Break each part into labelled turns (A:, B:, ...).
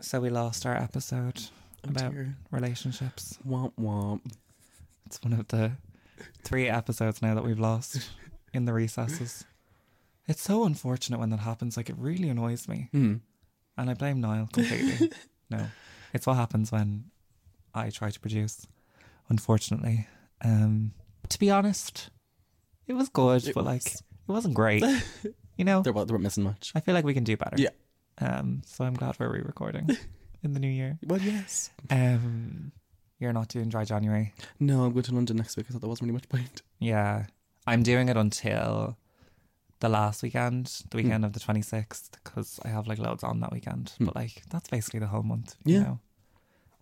A: So we lost our episode
B: Oh,
A: about
B: dear.
A: relationships.
B: Womp womp.
A: It's one of the three episodes now that we've lost in the recesses. It's so unfortunate when that happens. Like, it really annoys me.
B: Hmm.
A: And I blame Niall completely. no, it's what happens when I try to produce, unfortunately. Um, to be honest, it was good,
B: It
A: but like,
B: was.
A: it wasn't great. you know,
B: They, were, they weren't missing much.
A: I feel like we can do better.
B: Yeah.
A: Um, so I'm glad we're re recording in the new year.
B: Well, yes.
A: Um, you're not doing dry January.
B: No, I'm going to London next week. I thought there wasn't really much point.
A: Yeah. I'm doing it until the last weekend,
B: Hmm.
A: the weekend of the 26th, because I have like loads on that weekend.
B: Hmm.
A: But like, that's basically the whole month, you
B: Yeah.
A: know?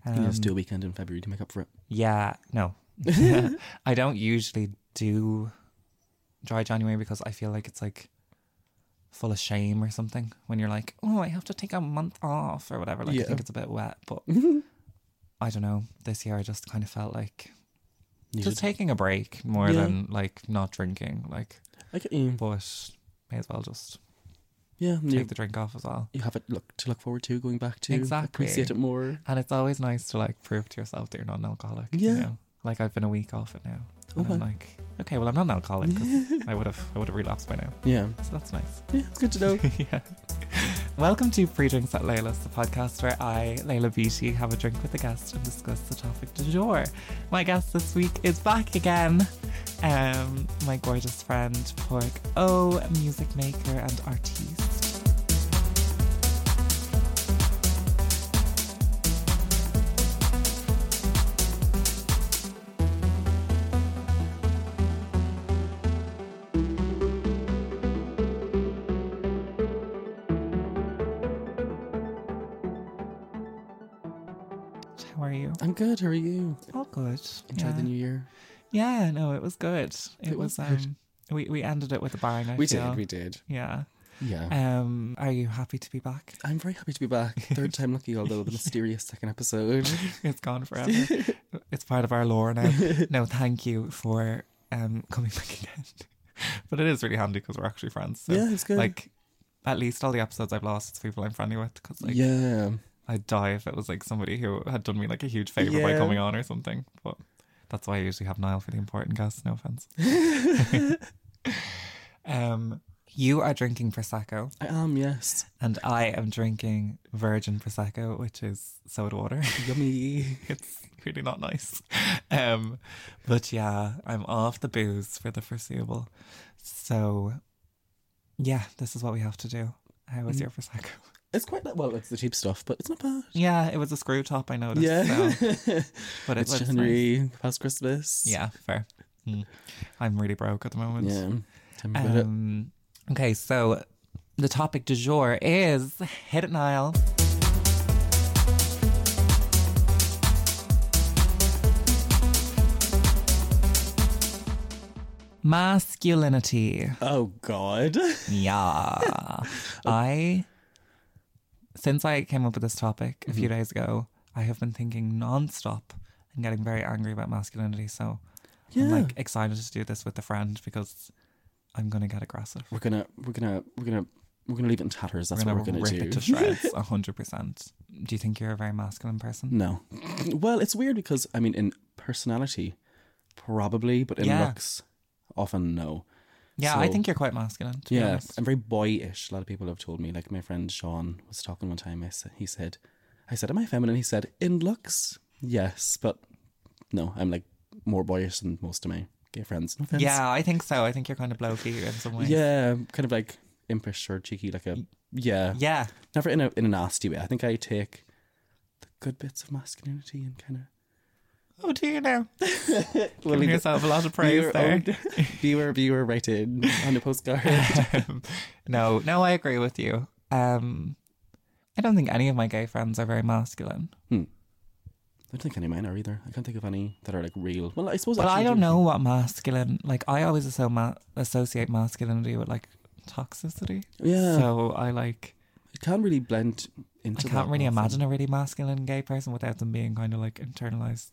B: you know,
A: Um,
B: just do a weekend in February to make up for it.
A: yeah, no. I don't usually do dry January because I feel like it's like full of shame or something when you're like, oh, I have to take a month off or whatever. Like,
B: Yeah.
A: I think it's a bit wet, but I don't know. This year I just kind of felt like just taking a break more
B: Yeah.
A: than like not drinking. Like,
B: I get you.
A: but may as well just
B: Yeah,
A: take
B: you,
A: the drink off as well.
B: you have it look to look forward to going back to.
A: Exactly.
B: Appreciate it more.
A: And it's always nice to like prove to yourself that you're not an alcoholic.
B: Yeah. Oh,
A: You know? Like I've been a week off it now. And I'm
B: Okay.
A: like, okay, well I'm not an alcoholic 'cause I would have I would have relapsed by now.
B: Yeah.
A: So that's nice.
B: Yeah, it's good to know.
A: yeah. Welcome to Pre Drinks at Layla's, the podcast where I, Layla Beatty, have a drink with a guest and discuss the topic du jour. My guest this week is back again. Um, my gorgeous friend, Pork O, music maker and artiste. How are you?
B: I'm good. How are you?
A: All good.
B: Enjoyed
A: Yeah.
B: the new year.
A: Yeah, no, it was good. It,
B: It
A: was,
B: was good.
A: um we we ended it with a bang, I
B: we
A: feel.
B: did. We did.
A: Yeah.
B: Yeah.
A: Um are you happy to be back?
B: I'm very happy to be back. Third time lucky, although the mysterious second episode.
A: It's gone forever. it's part of our lore now. No, thank you for um coming back again. but it is really handy because we're actually friends. So
B: yeah, it's good.
A: like at least all the episodes I've lost, it's people I'm friendly with. Because like
B: yeah.
A: I'd die if it was like somebody who had done me like a huge favor by
B: Yeah.
A: coming on or something. But that's why I usually have Niall for the important guests. No offense. um, you are drinking prosecco,
B: I am, yes.
A: and I am drinking virgin prosecco, which is soda water.
B: Yummy.
A: it's really not nice. Um, but yeah, I'm off the booze for the foreseeable. So, yeah, this is what we have to do. How was
B: Mm.
A: your prosecco?
B: It's quite li- well, it's the cheap stuff, but it's not bad.
A: Yeah, it was a screw top. I noticed.
B: Yeah.
A: so- but it
B: it's
A: looks nice.
B: January past Christmas.
A: Yeah, fair. Mm. I'm really broke at the moment.
B: Yeah. Tell me about it.
A: Um, okay, so the topic du jour is hit it, Niall. Masculinity.
B: Oh God.
A: Yeah. I, since I came up with this topic a few days ago, I have been thinking nonstop and getting very angry about masculinity. So I'm like excited to do this with a friend because I'm going to get aggressive.
B: we're gonna we're gonna we're gonna we're gonna leave it in tatters. That's
A: We're
B: what
A: going
B: we're
A: to
B: gonna
A: rip
B: do.
A: it to shreds 100%. Do you think you're a very masculine person?
B: no. Well, it's weird because I mean, in personality, probably, but in
A: Yeah.
B: looks, often no.
A: Yeah, I
B: So-
A: think you're quite masculine. To Be
B: Yeah,
A: honest.
B: I'm very boyish. A lot of people have told me. Like my friend Sean was talking one time. I said, he said, I said, am I feminine? He said, in looks, yes, but no, I'm like more boyish than most of my gay friends. No offense.
A: Yeah, I think so. I think you're kind of blokey in some ways.
B: yeah, kind of like impish or cheeky, like a yeah,
A: Yeah.
B: never in a in a nasty way. I think I take the good bits of masculinity and kind of.
A: Oh, do you know?
B: Well,
A: Giving yourself a lot of praise
B: viewer,
A: there.
B: owned- viewer, viewer, right in on a postcard.
A: Um, no, no, I agree with you. Um, I don't think any of my gay friends are very masculine.
B: I don't think any of mine are either. I can't think of any that are like real. Well, I suppose.
A: But
B: actually
A: I don't know what masculine. Like I always asso- ma- associate masculinity with like toxicity.
B: Yeah,
A: So I like
B: it can't really blend
A: I
B: into.
A: can't
B: that
A: really
B: often.
A: imagine a really masculine gay person without them being kind of like internalized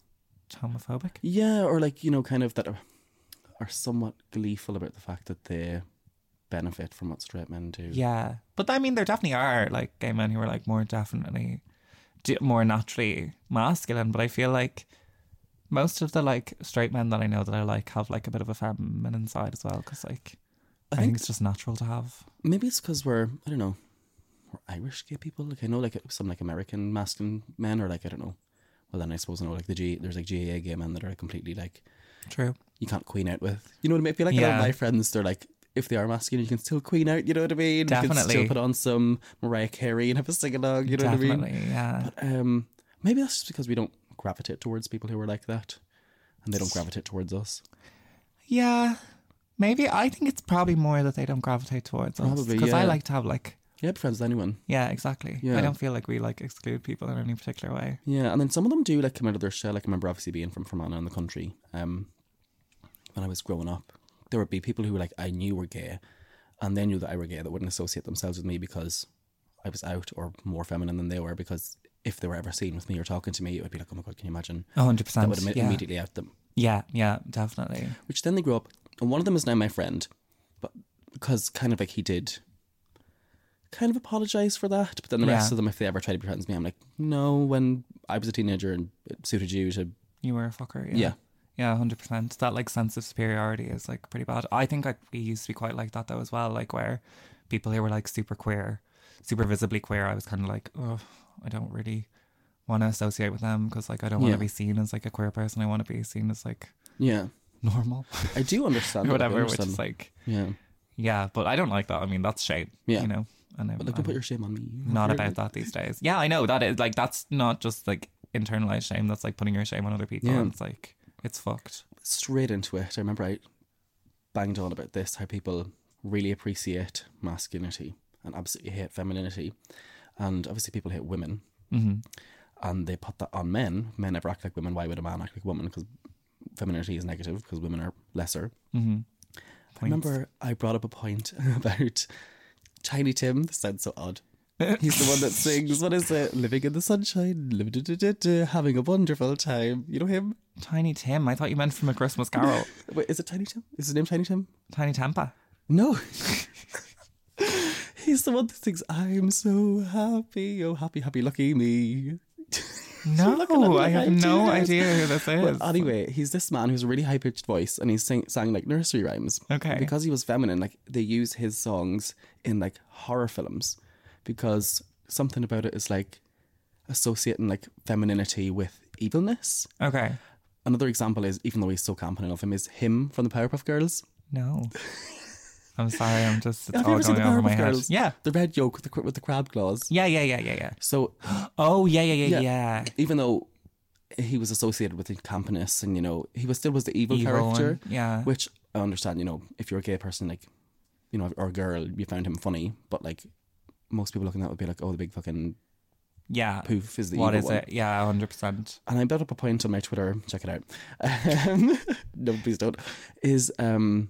A: homophobic.
B: Yeah, or like you know, kind of that are, are somewhat gleeful about the fact that they benefit from what straight men do.
A: Yeah, but I mean there definitely are like gay men who are like more definitely d- more naturally masculine, but I feel like most of the like straight men that I know that I like have like a bit of a feminine side as well because like I, think, it's just natural to have.
B: Maybe it's because we're I don't know, we're Irish gay people. Like I know like some like American masculine men or like I don't know. Well then I suppose I know like the G there's like GAA gay men that are completely like
A: True.
B: you can't queen out with. You know what I mean? I feel like a lot
A: Yeah.
B: of my friends they're like if they are masculine, you can still queen out. You know what I mean? You can still
A: Definitely.
B: put on some Mariah Carey and have a sing along. You know what I mean?
A: Definitely, yeah.
B: Um, maybe that's just because we don't gravitate towards people who are like that, and they don't gravitate towards us.
A: Yeah. Maybe I think it's probably more that they don't gravitate towards us
B: Probably,
A: because I
B: yeah.
A: like to have like
B: Yeah, I'd be friends with anyone.
A: yeah exactly. I
B: Yeah.
A: don't feel like we like exclude people in any particular way.
B: Yeah, and then some of them do like come out of their shell. Like I remember obviously being from Fermanagh in the country. Um, when I was growing up, there would be people who like I knew were gay, and they knew that I were gay that wouldn't associate themselves with me because I was out or more feminine than they were. Because if they were ever seen with me or talking to me, it would be like, oh my god, can you imagine?
A: A hundred
B: That would
A: percent.
B: imme-
A: Yeah.
B: immediately out them.
A: yeah, yeah, definitely.
B: which then they grow up and one of them is now my friend but because kind of like he did kind of apologize for that but then the
A: Yeah.
B: rest of them if they ever try to be friends with me i'm like no when i was a teenager and it suited you to
A: You were a fucker. Yeah.
B: yeah
A: Yeah, hundred percent. That like sense of superiority is like pretty bad. I think like we used to be quite like that though as well. Like where people who were like super queer, super visibly queer, I was kind of like, oh, I don't really want to associate with them because like I don't want to be
B: Yeah.
A: seen as like a queer person. I want to be seen as like
B: yeah
A: normal,
B: i do understand that, like, I
A: whatever. Which is
B: understand.
A: like,
B: yeah
A: yeah, but I don't like that. I mean, that's shame.
B: Yeah.
A: you know, and I'm,
B: but like don't
A: I'm
B: put your shame on me
A: not about that these days. Yeah, I know that is like that's not just like internalized shame. That's like putting your shame on other people.
B: Yeah.
A: And it's like it's fucked.
B: straight into it i remember i banged on about this how people really appreciate masculinity and absolutely hate femininity and obviously people hate women
A: Mm-hmm.
B: and they put that on men. Men never act like women. Why would a man act like a woman? Because femininity is negative because women are lesser.
A: Mm-hmm.
B: I remember I brought up a point about Tiny Tim. This sounds so odd. He's the one that sings, what is it? Living in the sunshine, li- da- da- da- da, having a wonderful time. You know him?
A: Tiny Tim. I thought you meant from a Christmas Carol.
B: Wait, is it Tiny Tim? Is his name Tiny Tim?
A: Tiny Tampa.
B: No. He's the one that sings, I'm so happy, oh happy, happy, lucky me.
A: No,
B: looking at me
A: I
B: like
A: have
B: I do
A: no
B: this.
A: idea who this is.
B: But anyway, he's this man who's a really high pitched voice and he sing- sang like nursery rhymes.
A: Okay.
B: Because he was feminine, like they use his songs in like horror films because something about it is like associating like femininity with evilness.
A: okay.
B: Another example is, even though he's so camp and I love him, is him from the Powerpuff Girls.
A: No. I'm sorry. I'm just. It's
B: Have you
A: all
B: ever seen
A: going
B: the
A: over my
B: Powerpuff
A: head.
B: Girls?
A: Yeah.
B: The red yoke with the, cr- with the crab claws.
A: Yeah. Yeah. Yeah. Yeah. Yeah.
B: So
A: Oh. Yeah. Yeah. Yeah. Yeah.
B: Yeah.
A: yeah.
B: even though he was associated with the campiness and, you know, he was still was the evil,
A: Evil
B: character.
A: and- yeah.
B: Which I understand, you know, if you're a gay person, like, you know, or a girl, you found him funny, but like, most people looking at that would be like, oh, the big fucking
A: Yeah.
B: poof is the
A: What
B: evil
A: is
B: one.
A: it? Yeah. Hundred percent.
B: And I built up a point on my Twitter, check it out. Um, no, please don't. Is um,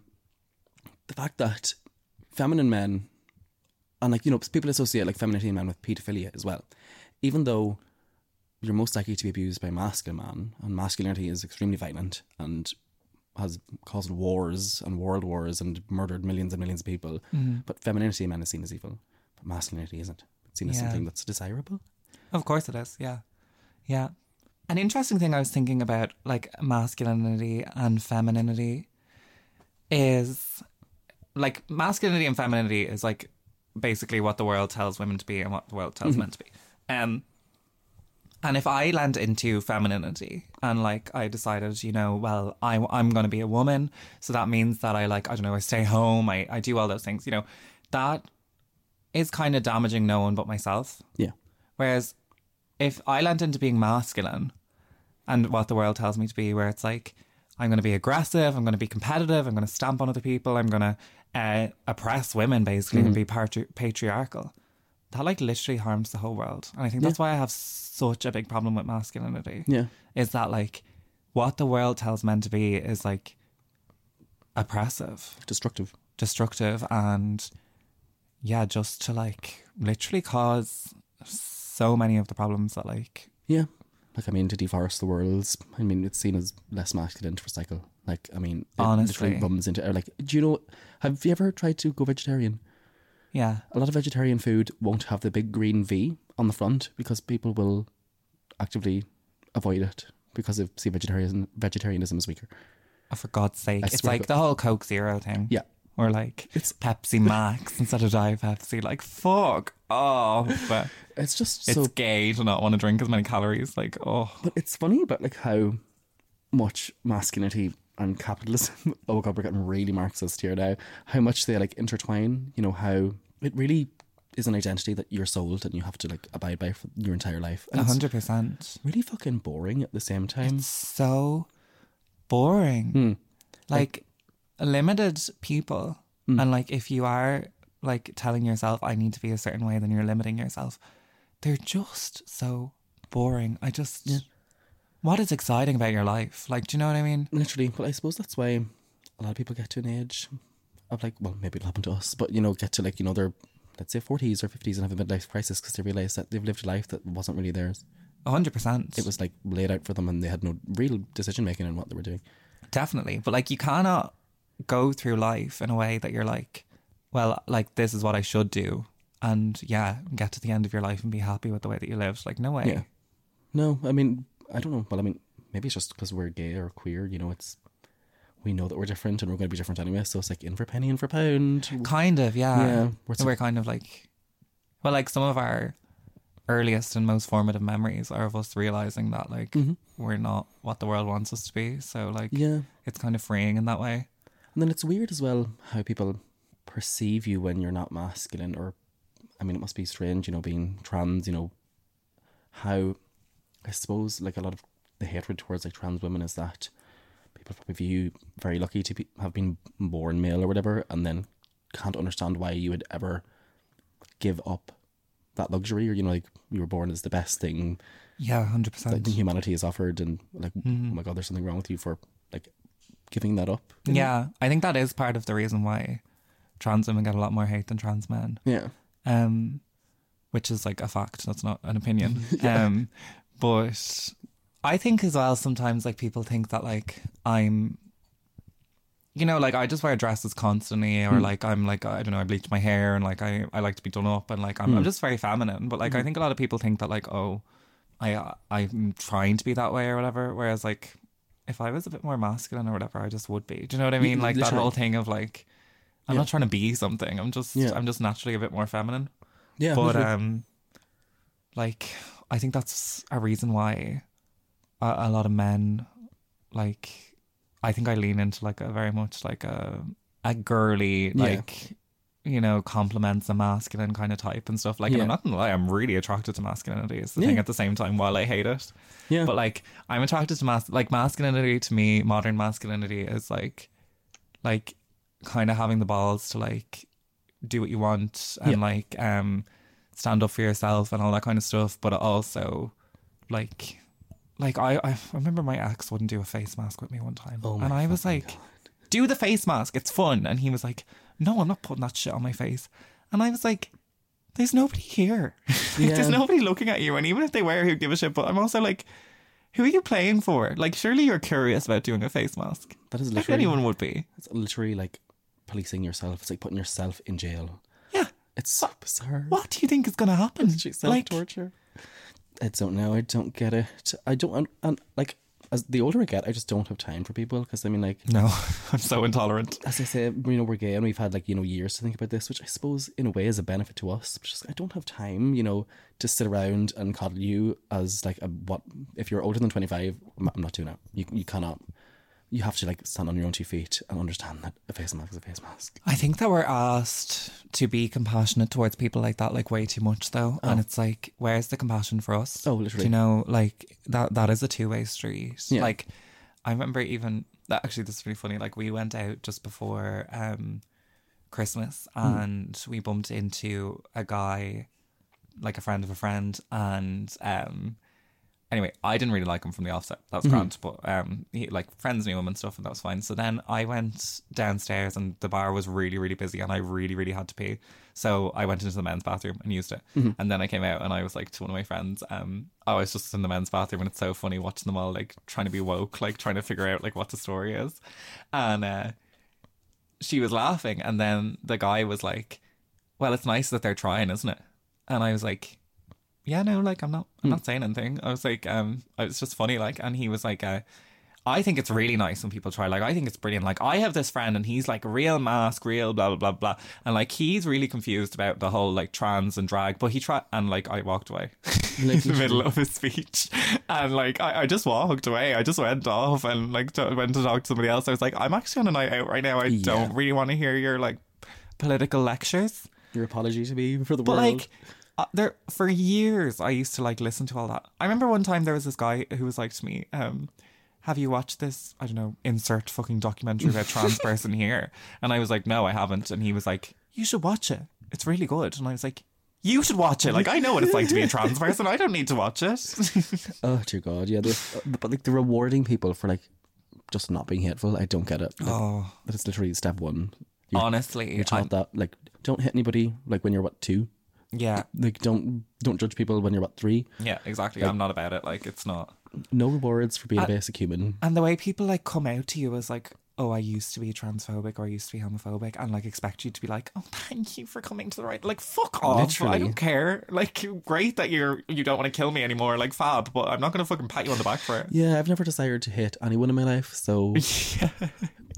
B: the fact that feminine men, and like, you know, people associate like femininity in men with paedophilia as well, even though you're most likely to be abused by a masculine man, and masculinity is extremely violent and has caused wars and world wars and murdered millions and millions of people. But femininity in men is seen as evil, but masculinity isn't. It's seen as
A: Yeah.
B: something that's desirable.
A: Of course it is. Yeah. Yeah. An interesting thing I was thinking about, like masculinity and femininity, is like masculinity and femininity is like basically what the world tells women to be and what the world tells men to be. Um, and if I land into femininity and like I decided, you know, well, I, I'm going to be a woman. So that means that I like, I don't know, I stay home, I, I do all those things, you know, that is kind of damaging no one but myself.
B: Yeah.
A: Whereas if I land into being masculine and what the world tells me to be, where it's like, I'm going to be aggressive, I'm going to be competitive, I'm going to stamp on other people, I'm going to uh, oppress women basically and be patri- patriarchal. That like literally harms the whole world. And I think that's why I have such a big problem with masculinity.
B: Yeah.
A: Is that like what the world tells men to be is like oppressive
B: Destructive.
A: destructive and yeah just to like literally cause so many of the problems that like
B: Yeah. Like, I mean, to deforest the world's, I mean, it's seen as less masculine to recycle. Like, I mean, it
A: Honestly.
B: literally bums into, like, do you know, have you ever tried to go vegetarian?
A: yeah
B: A lot of vegetarian food won't have the big green V on the front because people will actively avoid it because of see vegetarianism vegetarianism is weaker.
A: Oh, for God's sake.
B: I
A: it's
B: swear
A: like
B: to-
A: the whole Coke Zero thing.
B: Yeah.
A: Or like
B: It's-
A: Pepsi Max instead of Diet Pepsi. Like, fuck off.
B: It's just
A: it's
B: so
A: gay to not want to drink as many calories. Like, oh.
B: But it's funny about like how much masculinity and capitalism. Oh god, we're getting really Marxist here now. How much they like intertwine. You know how it really is an identity that you're sold and you have to like abide by for your entire life. And
A: Uh-huh.
B: it's
A: 100%.
B: really fucking boring at the same time.
A: So boring. Like, limited people. And like, if you are like telling yourself, I need to be a certain way, then you're limiting yourself. They're just so boring. I just. What is exciting about your life? Like, do you know what I mean?
B: Literally, but I suppose that's why a lot of people get to an age of like, well, maybe it'll happen to us, but you know, get to like, you know, their, let's say 40s or 50s and have a midlife crisis because they realize that they've lived a life that wasn't really theirs.
A: 100%.
B: It was like laid out for them and they had no real decision making in what they were doing.
A: Definitely. But like you cannot go through life in a way that you're like, well, like this is what I should do. And yeah, get to the end of your life and be happy with the way that you lived. Like, no way.
B: Yeah. No, I mean, I don't know. Well, I mean, maybe it's just because we're gay or queer. You know, it's we know that we're different and we're going to be different anyway. So it's like in for penny, in for pound.
A: Kind of, yeah.
B: Yeah, we're
A: Ah, We're,
B: so-
A: kind of like, well, like some of our earliest and most formative memories are of us realizing that like we're not what the world wants us to be. So like,
B: Yeah,
A: it's kind of freeing in that way.
B: and then it's weird as well how people perceive you when you're not masculine. Or, I mean, it must be strange, you know, being trans. You know, how I suppose like a lot of the hatred towards like trans women is that people probably view you very lucky to be, have been born male or whatever, and then can't understand why you would ever give up that luxury, or you know, like you were born as the best thing
A: Yeah, 100%.
B: that humanity has offered, and like, oh my god, there's something wrong with you for like giving that up.
A: yeah. I think that is part of the reason why trans women get a lot more hate than trans men.
B: Yeah,
A: um, which is like a fact. That's not an opinion. Um, but I think as well sometimes like people think that like I'm, you know, like I just wear dresses constantly,
B: Hmm.
A: or like I'm like I don't know, I bleach my hair, and like I I like to be done up, and like I'm,
B: Hmm.
A: I'm just very feminine. But like I think a lot of people think that like oh, I I'm trying to be that way or whatever. Whereas like if I was a bit more masculine or whatever, I just would be. Do you know what I mean? Like that
B: literally.
A: whole thing of like. I'm not trying to be something. I'm just
B: Yeah.
A: I'm just naturally a bit more feminine.
B: yeah,
A: But
B: literally.
A: um like I think that's a reason why a, a lot of men like I think I lean into like a very much like a a girly
B: Yeah.
A: like you know compliments a masculine kind of type and stuff like and
B: Yeah.
A: I'm not gonna lie I'm really attracted to masculinity it's the thing
B: Yeah.
A: at the same time while I hate it
B: yeah,
A: but like I'm attracted to mas like masculinity to me, modern masculinity is like like kind of having the balls to like do what you want and
B: Yeah.
A: like um stand up for yourself and all that kind of stuff, but also like like I I remember my ex wouldn't do a face mask with me one time.
B: Oh my
A: and I was like do the face mask. It's fun. And he was like, No, I'm not putting that shit on my face. And I was like, There's nobody here. Like,
B: Yeah.
A: There's nobody looking at you. And even if they were, who'd give a shit? But I'm also like, Who are you playing for? Like, surely you're curious about doing a face mask.
B: that is
A: Like
B: literally.
A: anyone would be.
B: It's literally like policing yourself. It's like putting yourself in jail.
A: Yeah.
B: It's so bizarre.
A: What do you think is going to happen?
B: Self
A: Like,
B: torture. I don't know. I don't get it. I don't. And, and like, as the older I get, I just don't have time for people. Because I mean, like,
A: no, I'm so intolerant.
B: as I say, you know, we're gay and we've had like you know years to think about this, which I suppose in a way is a benefit to us. But just I don't have time, you know, to sit around and coddle you as like a what if you're older than twenty five. I'm I'm not doing it. You you cannot. You have to like stand on your own two feet and understand that a face mask is a face mask.
A: I think that we're asked to be compassionate towards people like that, like way too much, though. And it's like, where's the compassion for us?
B: Oh,
A: Do
B: literally.
A: you know, like that that is a two way street.
B: Yeah.
A: Like, I remember even that. Actually, this is really funny. Like, we went out just before um, Christmas,
B: Hmm.
A: and we bumped into a guy, like a friend of a friend, and um, anyway, I didn't really like him from the offset. That was grand, but um, he like friends knew him and stuff, and that was fine. So then I went downstairs, and the bar was really, really busy, and I really, really had to pee. So I went into the men's bathroom and used it, and then I came out, and I was like to one of my friends, um, oh, I was just in the men's bathroom, and it's so funny watching them all like trying to be woke, like trying to figure out like what the story is, and uh, she was laughing, and then the guy was like, well, it's nice that they're trying, isn't it? And I was like yeah, no, like I'm not, I'm not saying anything. I was like, um, it was just funny, like, and he was like, uh, I think it's really nice when people try. Like, I think it's brilliant. Like, I have this friend, and he's like real mask, real blah blah blah blah, and like he's really confused about the whole like trans and drag, but he tried, and like I walked away in the middle of his speech, and like I, I just walked away. I just went off and like t- went to talk to somebody else. I was like, I'm actually on a night out right now. I don't really want to hear your like political lectures.
B: Your apology to me for the
A: But
B: world.
A: like uh, there for years I used to like listen to all that. I remember one time there was this guy who was like to me, um, have you watched this, I don't know, insert fucking documentary about trans person here? And I was like, No, I haven't and he was like, You should watch it. It's really good and I was like, You should watch it. Like I know what it's like to be a trans person. I don't need to watch it.
B: oh dear God, yeah. the- uh, But like the rewarding people for like just not being hateful, I don't get it. Like,
A: oh
B: That is literally step one. You're,
A: honestly.
B: you're taught
A: I'm-
B: that like don't hit anybody like when you're what two.
A: yeah.
B: Like don't don't judge people when you're what three.
A: Yeah, exactly. I'm not about it. Like it's not
B: No rewards for being a basic human.
A: And the way people like come out to you is like, oh, I used to be transphobic or I used to be homophobic, and like expect you to be like, oh, thank you for coming to the right. Like, fuck off. I
B: Literally.
A: don't care. Like, great that you're you don't want to kill me anymore. Like, fab. But I'm not gonna fucking pat you on the back for it.
B: Yeah, I've never desired to hate anyone in my life, so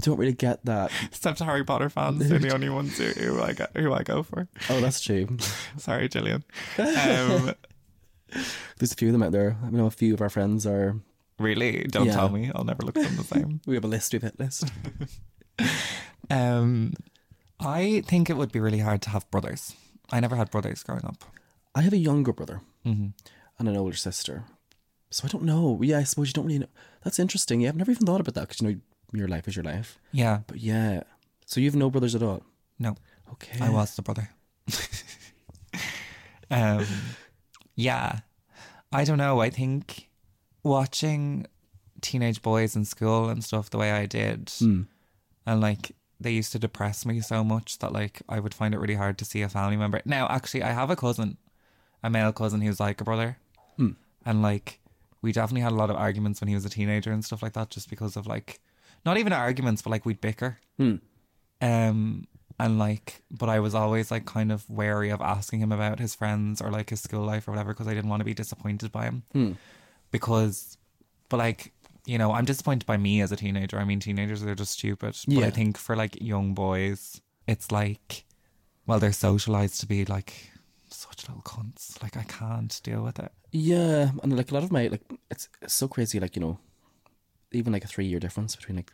B: don't really get that.
A: Except Harry Potter fans, they're the only ones who, who I go, who I go for.
B: Oh, that's true.
A: Sorry, Gillian. Um,
B: There's a few of them out there. I know a few of our friends are.
A: really, don't
B: Yeah.
A: tell me. I'll never look at them the same.
B: We have a list. We have a list.
A: Um, I think it would be really hard to have brothers. I never had brothers growing up.
B: I have a younger brother and an older sister, so I don't know. Yeah, I suppose you don't really know. That's interesting. Yeah, I've never even thought about that because you know your life is your life.
A: Yeah,
B: But yeah, so you have no brothers at all.
A: no.
B: Okay,
A: I was the brother. um, yeah, I don't know. I think watching teenage boys in school and stuff the way I did, and like they used to depress me so much that like I would find it really hard to see a family member. Now, actually, I have a cousin, a male cousin who's like a brother, and like we definitely had a lot of arguments when he was a teenager and stuff like that, just because of like not even arguments, but like we'd bicker. Um, and like, but I was always like kind of wary of asking him about his friends or like his school life or whatever because I didn't want to be disappointed by him. Because, but like, you know, I'm disappointed by me as a teenager. I mean, teenagers are just stupid. But I
B: Yeah.
A: think for like young boys, it's like, well, they're socialized to be like such little cunts. Like, I can't deal with it.
B: Yeah, and like a lot of my like, it's, it's so crazy. Like you know, even like a three year difference between like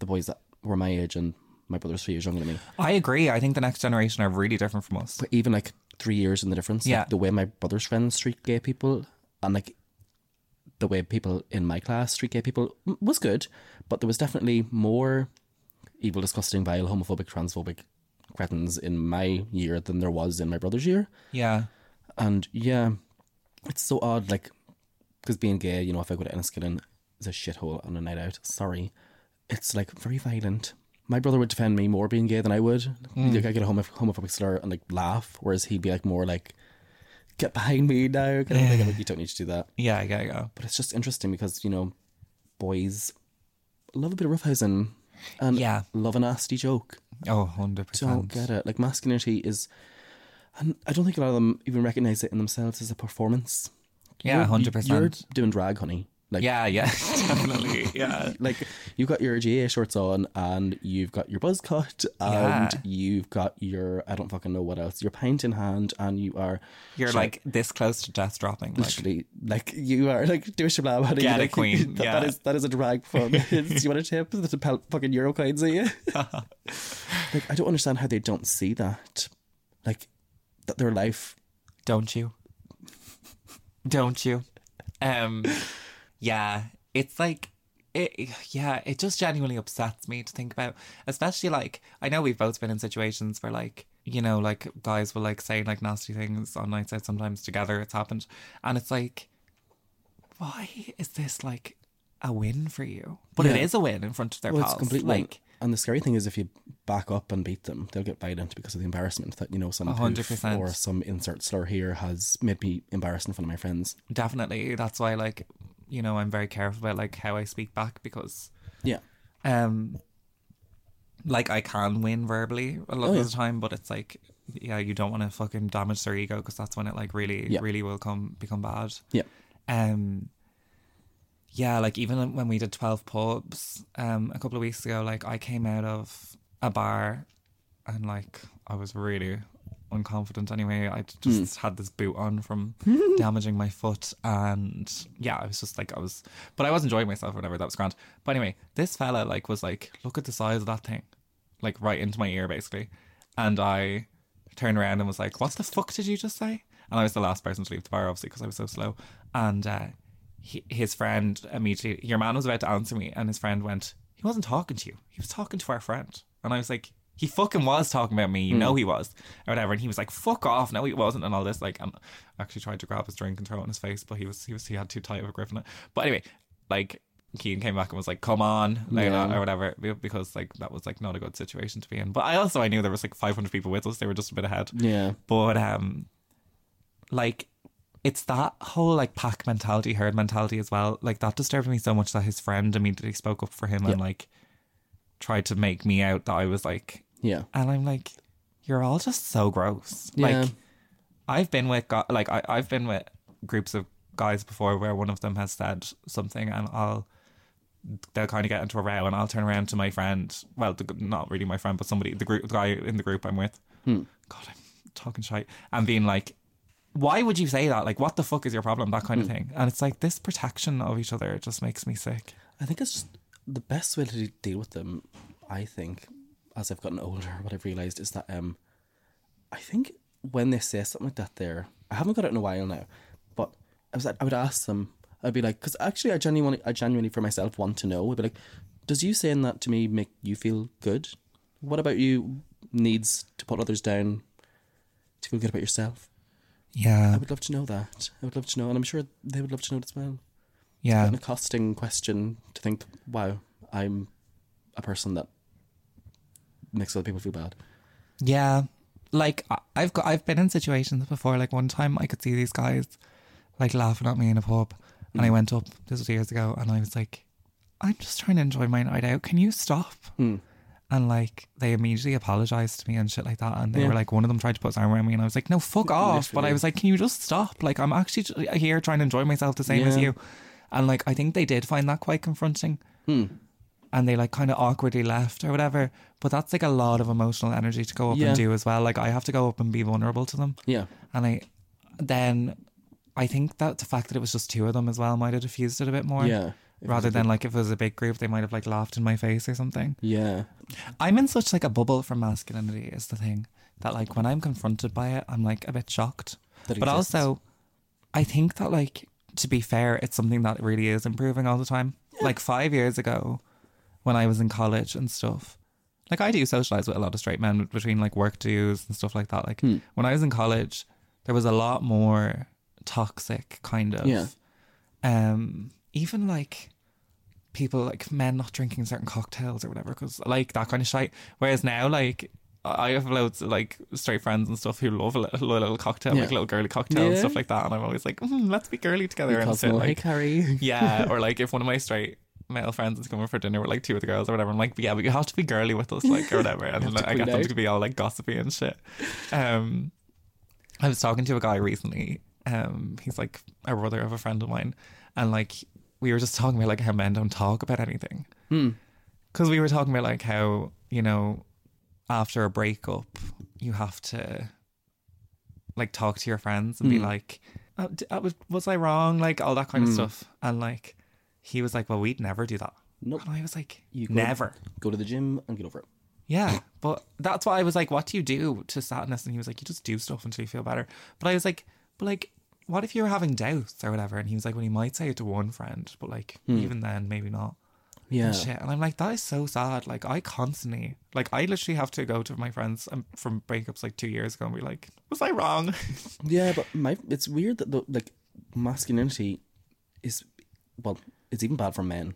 B: the boys that were my age and my brother's three years younger than me.
A: I agree. I think the next generation are really different from us.
B: But even like three years in the difference. like,
A: Yeah.
B: the way my brother's friends treat gay people and like the way people in my class treat gay people m- was good, but there was definitely more evil, disgusting, vile, homophobic, transphobic cretins in my year than there was in my brother's year.
A: Yeah.
B: And yeah, it's so odd, like, because being gay, you know, if I go to Enniskillen, it's a shithole on a night out. Sorry. It's like very violent. My brother would defend me more being gay than I would. Like, I get a homo- homophobic slur and like laugh, whereas he'd be like more like, get behind me now. Kind of thing. I'm like, you don't need to do that.
A: Yeah, yeah, yeah.
B: But it's just interesting because, you know, boys love a bit of roughhousing and
A: Yeah.
B: love a nasty joke
A: Oh, 100%.
B: don't get it. Like masculinity is, and I don't think a lot of them even recognize it in themselves as a performance.
A: Yeah,
B: You're-
A: 100%.
B: You're doing drag, honey. Like,
A: Yeah, yeah, definitely. Yeah.
B: like you've got your GA shorts on, and you've got your buzz cut, and
A: Yeah.
B: you've got your I don't fucking know what else. Your pint in hand, and you are
A: You're like this close to death dropping. Like,
B: literally like you are like do your blab, honey.
A: Get it,
B: like,
A: queen.
B: that-
A: Yeah.
B: that is that is a drag performance. do you want a tip? That's a pel- fucking euro coins at you. like I don't understand how they don't see that. Like that their life
A: don't you? Don't you? Um, yeah, it's like, it, yeah, it just genuinely upsets me to think about, especially like, I know we've both been in situations where like, you know, like guys will like say like nasty things on nights out sometimes together. It's happened. And it's like, why is this like a win for you? But it
B: Yeah.
A: is a win in front of their
B: Well,
A: pals.
B: it's completely
A: like,
B: And the scary thing is, if you back up and beat them, they'll get violent because of the embarrassment that you know some
A: hundred
B: poof
A: percent.
B: or some insert slur here has made me embarrassed in front of my friends.
A: definitely that's why like you know i'm very careful about like how i speak back because
B: Yeah,
A: um like i can win verbally a lot of the time but it's like yeah, you don't want to fucking damage their ego because that's when it like really,
B: Yeah.
A: really will come become bad.
B: Yeah.
A: Um, yeah, like even when we did twelve pubs, um, a couple of weeks ago, like I came out of a bar, and like I was really unconfident. Anyway, I just had this boot on from damaging my foot, and yeah, I was just like I was, but I was enjoying myself or whatever. That was grand. But anyway, this fella like was like, look at the size of that thing, like right into my ear basically, and I turned around and was like, "What the fuck did you just say?" And I was the last person to leave the bar, obviously, because I was so slow. And uh, he, his friend immediately, your man was about to answer me, and his friend went, "He wasn't talking to you. He was talking to our friend." And I was like, "He fucking was talking about me. You know he was, or whatever." And he was like, "Fuck off. No, he wasn't." And all this, like, and I actually tried to grab his drink and throw it in his face, but he was he was he had too tight of a grip on it. But anyway, like. Keane came back and was like, "Come on, Layla,
B: Yeah.
A: or whatever," be- because like that was like not a good situation to be in. But I also I knew there was like 500 people with us; they were just a bit ahead.
B: Yeah.
A: But um, like it's that whole like pack mentality, herd mentality as well. Like that disturbed me so much that his friend immediately spoke up for him and like tried to make me out that I was like,
B: Yeah.
A: and I'm like, you're all just so gross.
B: Yeah.
A: Like I've been with gu- like I I've been with groups of guys before where one of them has said something and I'll they'll kind of get into a row and I'll turn around to my friend well the, not really my friend but somebody the group the guy in the group I'm with
B: Hmm.
A: god I'm talking shite and being like why would you say that like what the fuck is your problem that
B: Hmm.
A: kind of thing and it's like this protection of each other just makes me sick
B: I think it's just the best way to deal with them. I think, as I've gotten older, what I've realized is that um, I think when they say something like that, there, I haven't got it in a while now, but I was like, I would ask them, I'd be like, because actually, I genuinely, I genuinely for myself want to know. I'd be like, does you saying that to me make you feel good? What about you needs to put others down to feel good about yourself? I
A: yeah
B: would love to know that. I would love to know, and I'm sure they would love to know it as well
A: yeah
B: an accosting question to think, wow, I'm a person that makes other people feel bad.
A: Yeah, like I- I've got I've been in situations before. Like one time, I could see these guys like laughing at me in a pub, and I
B: Mm.
A: went up. This was years ago, and I was like, "I'm just trying to enjoy my night out. Can you stop?"
B: Hmm.
A: And like they immediately apologized to me and shit like that. And they
B: Yeah.
A: were like, one of them tried to put his arm around me, and I was like, "No, fuck off!" But I
B: Literally.
A: was like, "Can you just stop? Like I'm actually j- here trying to enjoy myself the same as
B: Yeah.
A: you." And like I think they did find that quite confronting and they like kind of awkwardly left or whatever. But that's like a lot of emotional energy to go up
B: Yeah.
A: and do as well. Like I have to go up and be vulnerable to them,
B: Yeah.
A: and I then I think that the fact that it was just two of them as well might have diffused it a bit more.
B: Yeah. If
A: Rather
B: it's a
A: than like if it was a big group, they might have like laughed in my face or something.
B: bit- Yeah.
A: I'm in such like a bubble from masculinity is the thing that like when I'm confronted by it, I'm like a bit shocked.
B: That
A: but
B: exists.
A: also, I think that like to be fair, it's something that really is improving all the time. Like five years ago, when I was in college and stuff, like I do socialize with a lot of straight men between like work dues and stuff like that. Like
B: Hmm.
A: when I was in college, there was a lot more toxic kind of
B: Yeah.
A: um even like people like men not drinking certain cocktails or whatever because like that kind of shite whereas now like I have loads of like straight friends and stuff who love a little, little cocktail like
B: Yeah.
A: little girly cocktail and
B: Yeah.
A: stuff like that and I'm always like mm, let's be girly together and sit
B: Cosmo, hey,
A: like
B: Carrie.
A: yeah or like if one of my straight male friends is coming for dinner with like two of the girls or whatever I'm like yeah but you have to be girly with us like or whatever and
B: to
A: I
B: cool
A: get them
B: out.
A: to be all like gossipy and shit um I was talking to a guy recently. Um, he's like a brother of a friend of mine, and like we were just talking about like how men don't talk about anything.
B: Hmm.
A: Because we were talking about like how you know after a breakup you have to like talk to your friends
B: Mm.
A: and be like, oh, d- uh, was, was I wrong? Like all that kind of stuff. And like he was like, well, we'd never do that.
B: Nope.
A: And I was like,
B: You go-
A: never.
B: Go to the gym and get over it.
A: Yeah, but that's why I was like, "What do you do to sadness?" And he was like, "You just do stuff until you feel better." But I was like, "But like, what if you were having doubts or whatever?" And he was like, "Well, you might say it to one friend, but like,
B: Hmm.
A: even then, maybe not."
B: Yeah.
A: And shit, and I'm like, that is so sad. Like, I constantly, like, I literally have to go to my friends um, from breakups like two years ago and be like, "Was I wrong?"
B: Yeah, but my it's weird that the, like masculinity is well, it's even bad for men.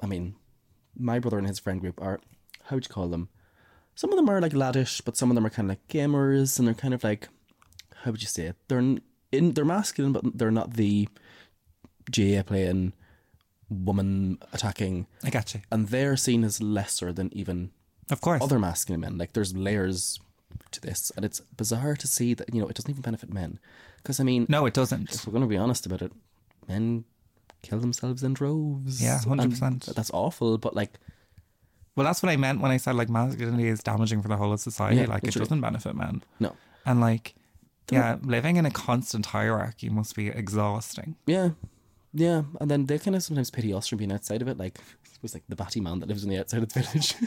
B: I mean, my brother and his friend group are how would you call them? Some of them are like laddish, but some of them are kind of like gamers, and they're kind of like how would you say it? They're n- in they're masculine, but they're not the GA playing woman attacking,
A: I got you.
B: and they're seen as lesser than even
A: Of course.
B: other masculine men. Like there's layers to this, and it's bizarre to see that you know it doesn't even benefit men, because I mean,
A: No, it doesn't.
B: if we're going to be honest about it, men kill themselves in droves.
A: Yeah, 100%.
B: And That's awful, but like,
A: Well, that's what I meant when I said like masculinity is damaging for the whole of society.
B: Yeah,
A: like
B: literally.
A: it doesn't benefit men,
B: no,
A: and like yeah, living in a constant hierarchy must be exhausting.
B: yeah, yeah, and then they kind of sometimes pity us for being outside of it. Like, it was like the batty man that lives on the outside of the village.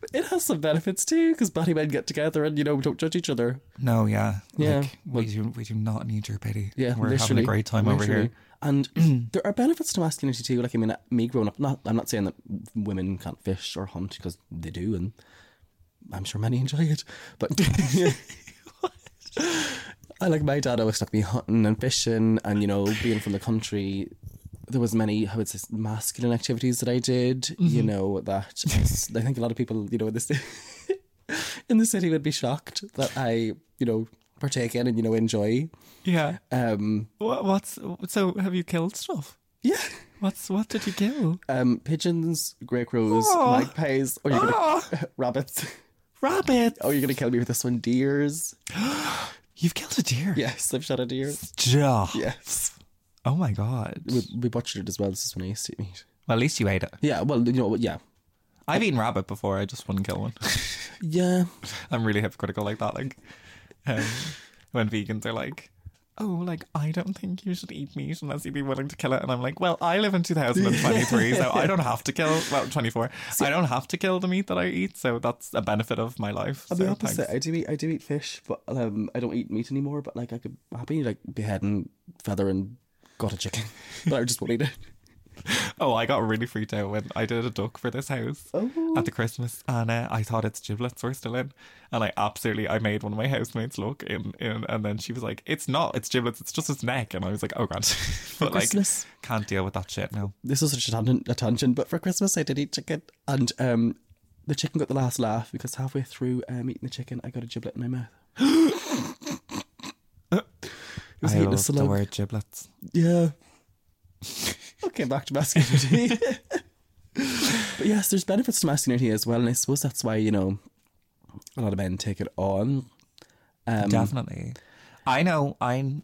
B: But It has some benefits too, because batty men get together and you know don't judge each other.
A: No, yeah,
B: Yeah,
A: Like, we do we do not need your pity.
B: Yeah,
A: we're having
B: literally,
A: a great time over
B: literally.
A: here.
B: And there are benefits to masculinity too. Like I mean, me growing up, not I'm not saying that women can't fish or hunt because they do, and I'm sure many enjoy it. But I like my dad always took me hunting and fishing, and you know, being from the country. There was many, I would say, masculine activities that I did. You know that I think a lot of people, you know, in this in the city would be shocked that I, you know, partake in and you know enjoy.
A: Yeah,
B: Um,
A: Wha what's so? Have you killed stuff?
B: yeah.
A: What's what did you kill?
B: um, pigeons, grey crows,
A: Aw.
B: magpies, or you're gonna
A: Oh,
B: rabbits.
A: rabbit!
B: Oh, you're gonna kill me with this one, deers.
A: You've killed a deer.
B: Yes, I've shot a deer.
A: Stop.
B: Yes,
A: Oh my god.
B: we, we butchered it as well. This is when I used to eat meat.
A: Well, at least you ate it.
B: Yeah, well, you know, what, yeah,
A: I've eaten rabbit before. I just wouldn't kill one.
B: yeah,
A: I'm really hypocritical like that. Like um, when vegans are like, "Oh, like I don't think you should eat meat unless you'd be willing to kill it," and I'm like, "Well, I live in 2023, so I don't have to kill. Well, 24. I don't have to kill the meat that I eat, so that's a benefit of my life."
B: I'm
A: so
B: the opposite.
A: thanks.
B: I do eat, I do eat fish, but um, I don't eat meat anymore. But like, I could happy like behead and feather and got a chicken, but I just won't eat it.
A: Oh, I got really freaked out when I did a duck for this house
B: Oh.
A: at the Christmas, and uh, I thought its giblets were still in, and I absolutely I made one of my housemates look in, in and then she was like, "It's not, it's giblets, it's just its neck," and I was like, "Oh god," but like
B: Christmas.
A: can't deal with that shit now.
B: This is such a tangent, a tangent, but for Christmas I did eat chicken, and um, the chicken got the last laugh because halfway through um, eating the chicken, I got a giblet in my mouth. It was
A: I
B: eating a
A: love the
B: slug.
A: word giblets.
B: Yeah. okay, back to masculinity. but yes, there's benefits to masculinity as well, and I suppose that's why, you know, a lot of men take it on. Um,
A: Definitely. I know. I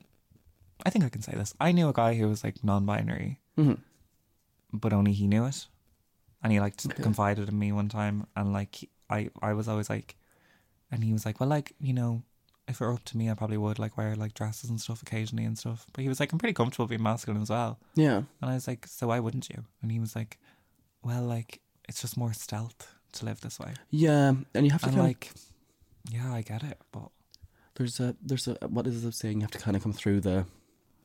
A: I think I can say this. I knew a guy who was like non-binary, but only he knew it, and he like confided in me one time, and like he- I I was always like, and he was like, well, like you know. If it were up to me, I probably would like wear like dresses and stuff occasionally and stuff. But he was like, I'm pretty comfortable being masculine as well.
B: yeah.
A: And I was like, so why wouldn't you? And he was like, well, like it's just more stealth to live this way.
B: Yeah, and you have to
A: And
B: kind of-
A: like, yeah, I get it, but
B: there's a there's a what is the saying you have to kind of come through the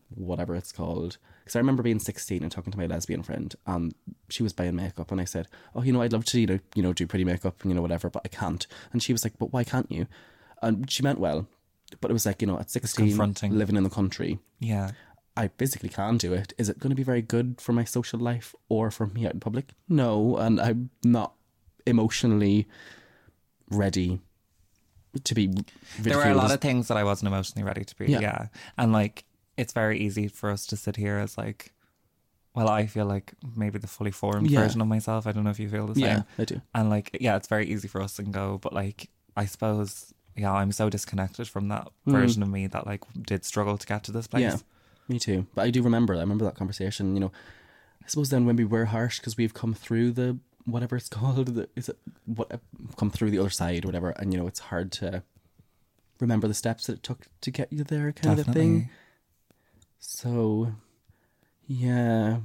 B: whatever it's called because i remember being 16 and talking to my lesbian friend and she was buying makeup and i said oh you know i'd love to you know you know do pretty makeup and you know whatever but i can't and she was like but why can't you and she meant well but it was like you know at 16
A: confronting.
B: living in the country
A: yeah,
B: i physically can do it is it going to be very good for my social life or for me out in public no and i'm not emotionally ready to be
A: there were a
B: ridiculed
A: lot
B: as
A: of things that I wasn't emotionally ready to be.
B: Yeah.
A: Yeah. And like, it's very easy for us to sit here as like, well, I feel like maybe the fully formed
B: Yeah.
A: version of myself. I don't know if you feel the same.
B: yeah i do
A: And like, yeah, it's very easy for us to go, but like, I suppose, yeah, I'm so disconnected from that version of me that like did struggle to get to this place.
B: Hmm. Yeah, me too. But I do remember. I remember that conversation. You know, I suppose then when we were harsh because we've come through the whatever it's called. The, is it what come through the other side, whatever? And you know, it's hard to remember the steps that it took to get you there, kind of a thing.
A: Definitely.
B: So, yeah,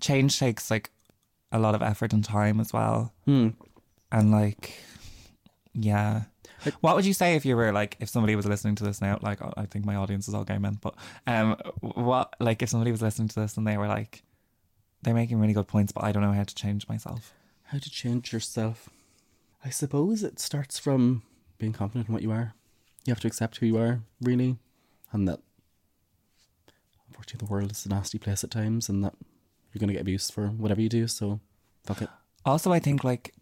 A: Change takes like a lot of effort and time as well.
B: hmm.
A: And like, yeah. What would you say if you were like, if somebody was listening to this now? Like, I- I think my audience is all gay men, but um, what like if somebody was listening to this and they were like, they're making really good points, but I don't know how to change myself.
B: how to change yourself. I suppose it starts from being confident in what you are. You have to accept who you are, really, and that. Unfortunately, the world is a nasty place at times, and that you're gonna get abused for whatever you do. So, fuck it.
A: Also, I think like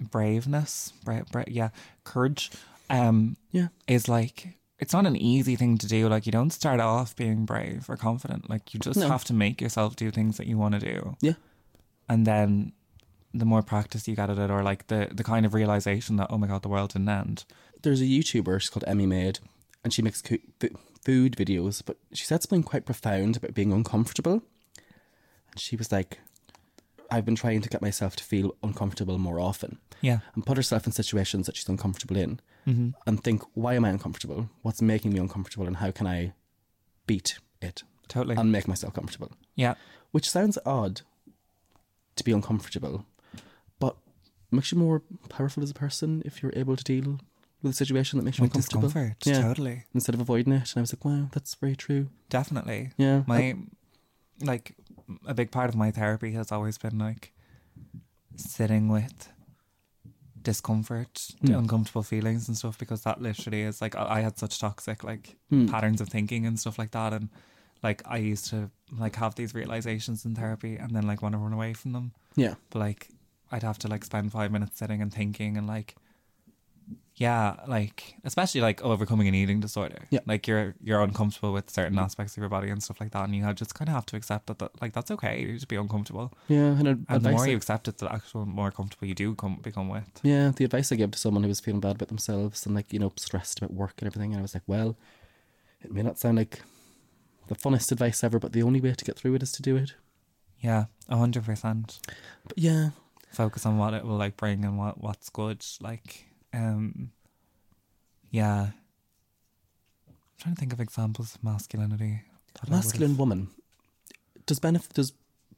A: braveness, bra- bra- yeah, courage, um,
B: Yeah,
A: is like it's not an easy thing to do. Like you don't start off being brave or confident. Like you just
B: No.
A: have to make yourself do things that you want to do.
B: yeah,
A: and then the more practice you get at it, or like the the kind of realization that oh my god, the world didn't end.
B: There's a YouTuber, she's called Emmy Maid, and she makes coo- th- food videos, but she said something quite profound about being uncomfortable. And she was like, I've been trying to get myself to feel uncomfortable more often
A: Yeah,
B: and put herself in situations that she's uncomfortable in
A: Mm-hmm.
B: and think, why am I uncomfortable? What's making me uncomfortable? And how can I beat it
A: totally.
B: and make myself comfortable?
A: yeah,
B: Which sounds odd to be uncomfortable, but makes you more powerful as a person if you're able to deal with a situation that makes you
A: with
B: uncomfortable.
A: discomfort,
B: Yeah.
A: totally,
B: Instead of avoiding it. And I was like, wow, that's very true.
A: definitely.
B: Yeah.
A: my like a big part of my therapy has always been like sitting with discomfort
B: Hmm.
A: uncomfortable feelings and stuff because that literally is like i I had such toxic like
B: Hmm.
A: patterns of thinking and stuff like that and like i used to like have these realizations in therapy and then like want to run away from them
B: yeah.
A: but like I'd have to like spend five minutes sitting and thinking and like yeah, like especially like overcoming an eating disorder.
B: Yeah.
A: Like you're you're uncomfortable with certain aspects of your body and stuff like that and you have- just kinda have to accept that, that like that's okay to be uncomfortable.
B: Yeah. And, ad-
A: And the
B: advice
A: more
B: I-
A: you accept it, the actual more comfortable you do come become with.
B: Yeah, the advice I gave to someone who was feeling bad about themselves and like, you know, stressed about work and everything, and I was like, well, it may not sound like the funnest advice ever, but the only way to get through it is to do it.
A: Yeah, a hundred percent.
B: But yeah,
A: Focus on what it will like bring and what what's good. Like um yeah. I'm trying to think of examples of masculinity. that I would've-
B: masculine woman. Does benefit does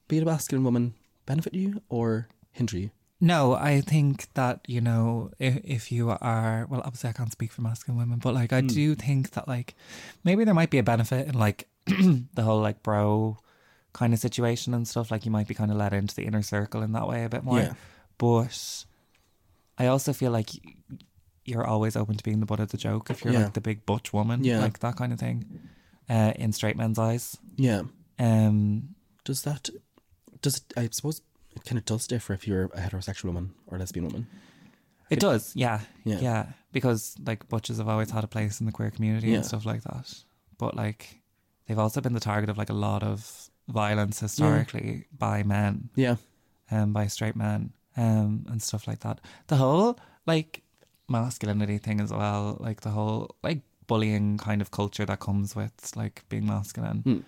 B: being a masculine woman benefit you or hinder you?
A: No, I think that, you know, if, if you are, well, obviously I can't speak for masculine women, but like I
B: Hmm.
A: do think that, like, maybe there might be a benefit in like the whole like bro kind of situation and stuff. Like, you might be kind of let into the inner circle in that way a bit more.
B: Yeah.
A: But I also feel like y- you're always open to being the butt of the joke if you're
B: Yeah.
A: like the big butch woman,
B: Yeah.
A: like that kind of thing, uh, in straight men's eyes.
B: Yeah.
A: Um,
B: Does that does it I suppose it kinda does differ if you're a heterosexual woman or a lesbian woman.
A: It does, yeah,
B: Yeah.
A: yeah, Because like butchers have always had a place in the queer community
B: Yeah.
A: and stuff like that. But like, they've also been the target of like a lot of violence historically by men,
B: Yeah.
A: um, by straight men, um, and stuff like that. The whole like masculinity thing as well, like the whole like bullying kind of culture that comes with like being masculine,
B: Hmm.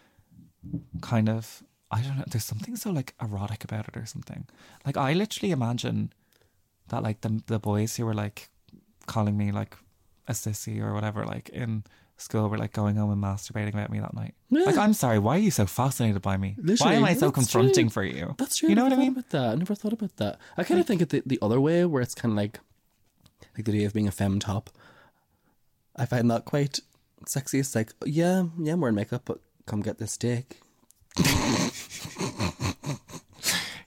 A: kind of. I don't know. There's something so like erotic about it or something. Like I literally imagine that like the the boys who were like calling me like a sissy or whatever like in school were like going home and masturbating about me that night. Like I'm sorry, why are you so fascinated by me? why
B: Literally,
A: am I so
B: that's
A: confronting
B: true.
A: for you?
B: That's true.
A: You know what I
B: never
A: mean?
B: thought About that, I never thought about that. I kind of think it the, the other way, where it's kind of like, like the day of being a femme top. I find that quite sexy. It's like, yeah, yeah, I'm wearing makeup, but come get this dick.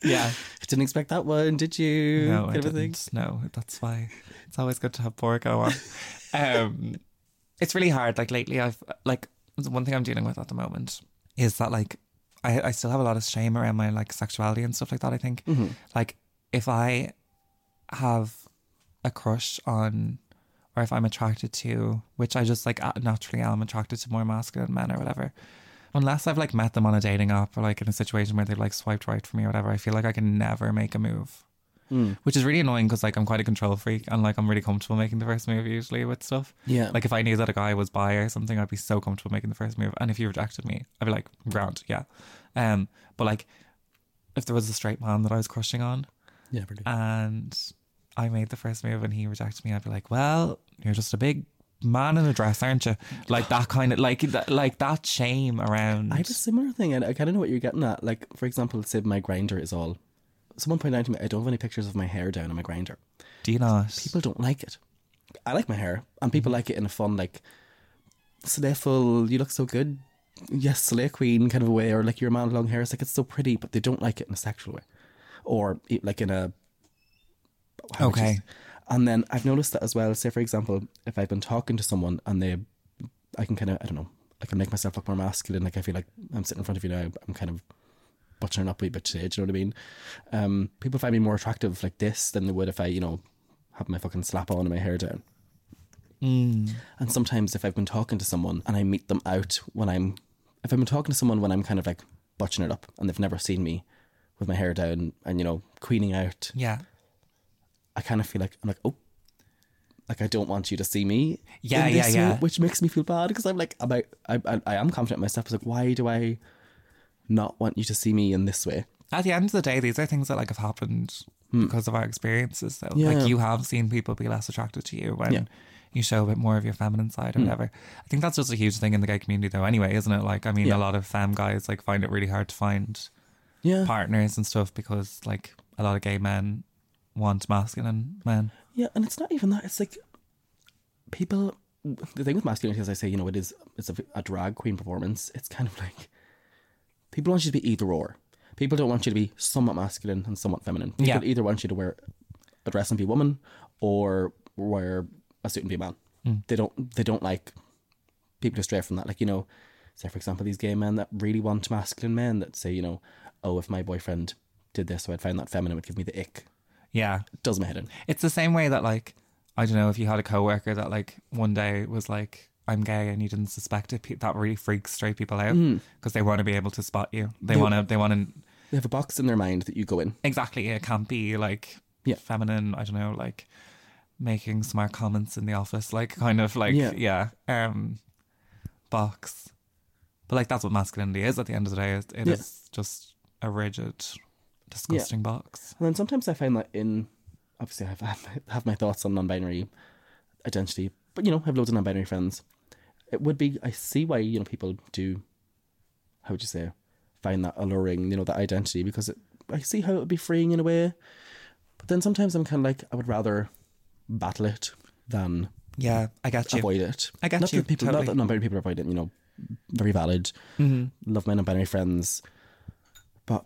A: Yeah.
B: Didn't expect that one, did you?
A: No, I
B: Kind of a thing.
A: didn't. No, that's why it's always good to have Borgo on. Um, it's really hard. Like lately, I've like the one thing I'm dealing with at the moment is that like I, I still have a lot of shame around my like sexuality and stuff like that. I think
B: Mm-hmm.
A: like if I have a crush on or if I'm attracted to, which I just like a- naturally am attracted to more masculine men or whatever. Unless I've like met them on a dating app or like in a situation where they've like swiped right for me or whatever, I feel like I can never make a move which is really annoying because like I'm quite a control freak and like I'm really comfortable making the first move usually with stuff.
B: Yeah.
A: Like if I knew that a guy was bi or something, I'd be so comfortable making the first move. And if you rejected me, I'd be like, ground, yeah. Um, but like if there was a straight man that I was crushing on
B: Yeah, never do.
A: and I made the first move and he rejected me, I'd be like, well, you're just a big man in a dress, aren't you? Like that kind of like that, like that shame around.
B: I had a similar thing, and I kind of know what you're getting at. Like, for example, let's say my grinder is all. Someone pointed out to me, I don't have any pictures of my hair down on my grinder.
A: Do you not?
B: people don't like it. I like my hair, and people like it in a fun, like, slayful, you look so good, yes, slay queen kind of a way, or like your man with long hair. It's like, it's so pretty, but they don't like it in a sexual way. Or e- like in a. how would you
A: Okay.
B: s- And then I've noticed that as well. Say, for example, if I've been talking to someone and they, I can kind of, I don't know, I can make myself look more masculine. Like, I feel like I'm sitting in front of you now, I'm kind of butchering up a wee bit today. Do you know what I mean? Um, people find me more attractive like this than they would if I, you know, have my fucking slap on and my hair down.
A: Mm.
B: And sometimes if I've been talking to someone and I meet them out when I'm, if I've been talking to someone when I'm kind of like butching it up and they've never seen me with my hair down and you know queening out,
A: Yeah.
B: I kind of feel like I'm like oh, like I don't want you to see me.
A: Yeah,
B: in
A: yeah,
B: this
A: yeah.
B: way, which makes me feel bad because I'm like am I, I I I am confident in myself. It's like why do I not want you to see me in this way?
A: At the end of the day, these are things that like have happened because of our experiences. So
B: Hmm. Yeah.
A: like you have seen people be less attracted to you when
B: Yeah. Hmm.
A: you show a bit more of your feminine side or whatever. I think that's just a huge thing in the gay community though anyway, isn't it? Like I mean a
B: Yeah.
A: lot of femme guys like find it really hard to find
B: Yeah,
A: partners and stuff because like a lot of gay men want masculine men.
B: Yeah, and it's not even that. It's like people. The thing with masculinity, as I say, you know, it is it's a, a drag queen performance. It's kind of like people want you to be either or. People don't want you to be somewhat masculine and somewhat feminine. People
A: Yeah.
B: either want you to wear a dress and be a woman, or wear a suit and be a man. They don't. They don't like people who stray from that. Like you know, say for example, these gay men that really want masculine men that say, you know, oh, if my boyfriend did this, or I'd find that feminine would give me the ick.
A: Yeah.
B: Does my head in.
A: It's the same way that like I don't know if you had a coworker that like one day was like I'm gay and you didn't suspect it. pe- That really freaks straight people out
B: Mm.
A: because they want to be able to spot you. They want to. They want to
B: They have a box in their mind that you go in.
A: exactly. It can't be like
B: Yeah.
A: feminine. I don't know like making smart comments in the office. Like kind of like
B: Yeah.
A: yeah. um box. But like that's what masculinity is at the end of the day. It, it is
B: Yeah.
A: just a rigid, disgusting box.
B: And then sometimes I find that in, obviously, I have, I have my thoughts on non binary identity, but you know, I have loads of non binary friends. It would be, I see why, you know, people do, how would you say, find that alluring, you know, that identity, because it, I see how it would be freeing in a way. But then sometimes I'm kind of like, I would rather battle it than
A: Yeah, I get you.
B: avoid it.
A: I get
B: not
A: you,
B: That people,
A: totally. Mm-hmm.
B: Not that non-binary people avoid it. You know, very valid. Love my non-binary friends, but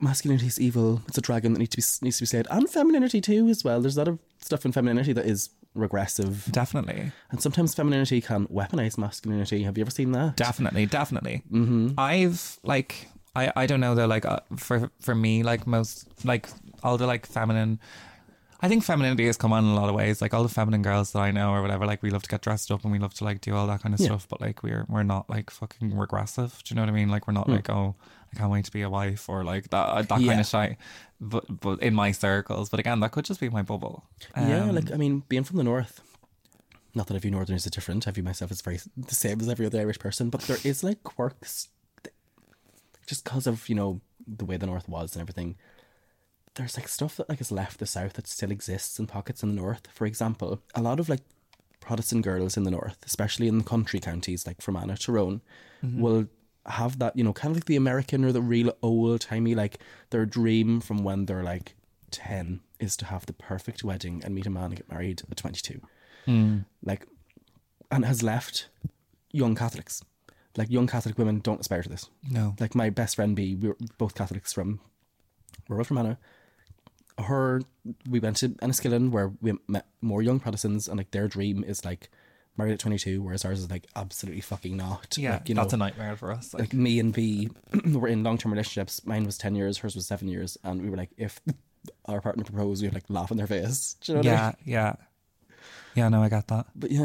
B: masculinity is evil. It's a dragon that needs to be needs to be slayed, and femininity too as well. There's a lot of stuff in femininity that is regressive,
A: Definitely.
B: and sometimes femininity can weaponize masculinity. Have you ever seen that?
A: definitely definitely
B: Mm-hmm.
A: i've like i i don't know though like uh, for for me like most like all the like feminine I think femininity has come on in a lot of ways. Like all the feminine girls that I know or whatever, like we love to get dressed up and we love to like do all that kind of
B: Yeah.
A: stuff. But like we're we're not like fucking regressive. Do you know what I mean? Like we're not like oh I can't wait to be a wife or like that that
B: Hmm. Yeah.
A: kind of shit. But but in my circles, but again that could just be my bubble.
B: yeah,
A: Um,
B: like I mean, being from the north. Not that I view Northerners as different. I view myself as very the same as every other Irish person, but there is like quirks, th- just because of you know the way the North was and everything. There's like stuff that like has left the South that still exists in pockets in the North. For example, a lot of like Protestant girls in the North, especially in country counties like Fermanagh, Tyrone, will have that you know kind of like the American or the real old timey like their dream from when they're like ten is to have the perfect wedding and meet a man and get married at twenty two like and has left young Catholics. Like young Catholic women don't aspire to this.
A: no,
B: Like my best friend B, we were both Catholics from rural Fermanagh. Her we went to Enniskillen where we met more young Protestants and like their dream is like married at twenty two, whereas ours is like absolutely fucking not.
A: yeah,
B: like, you
A: that's
B: know,
A: a nightmare for us. Like,
B: like me and B were in long term relationships. Mine was ten years, hers was seven years, and we were like, if our partner proposed, we'd like laugh in their face. Do you know what I mean?
A: yeah, yeah, yeah. No, I got that.
B: But yeah,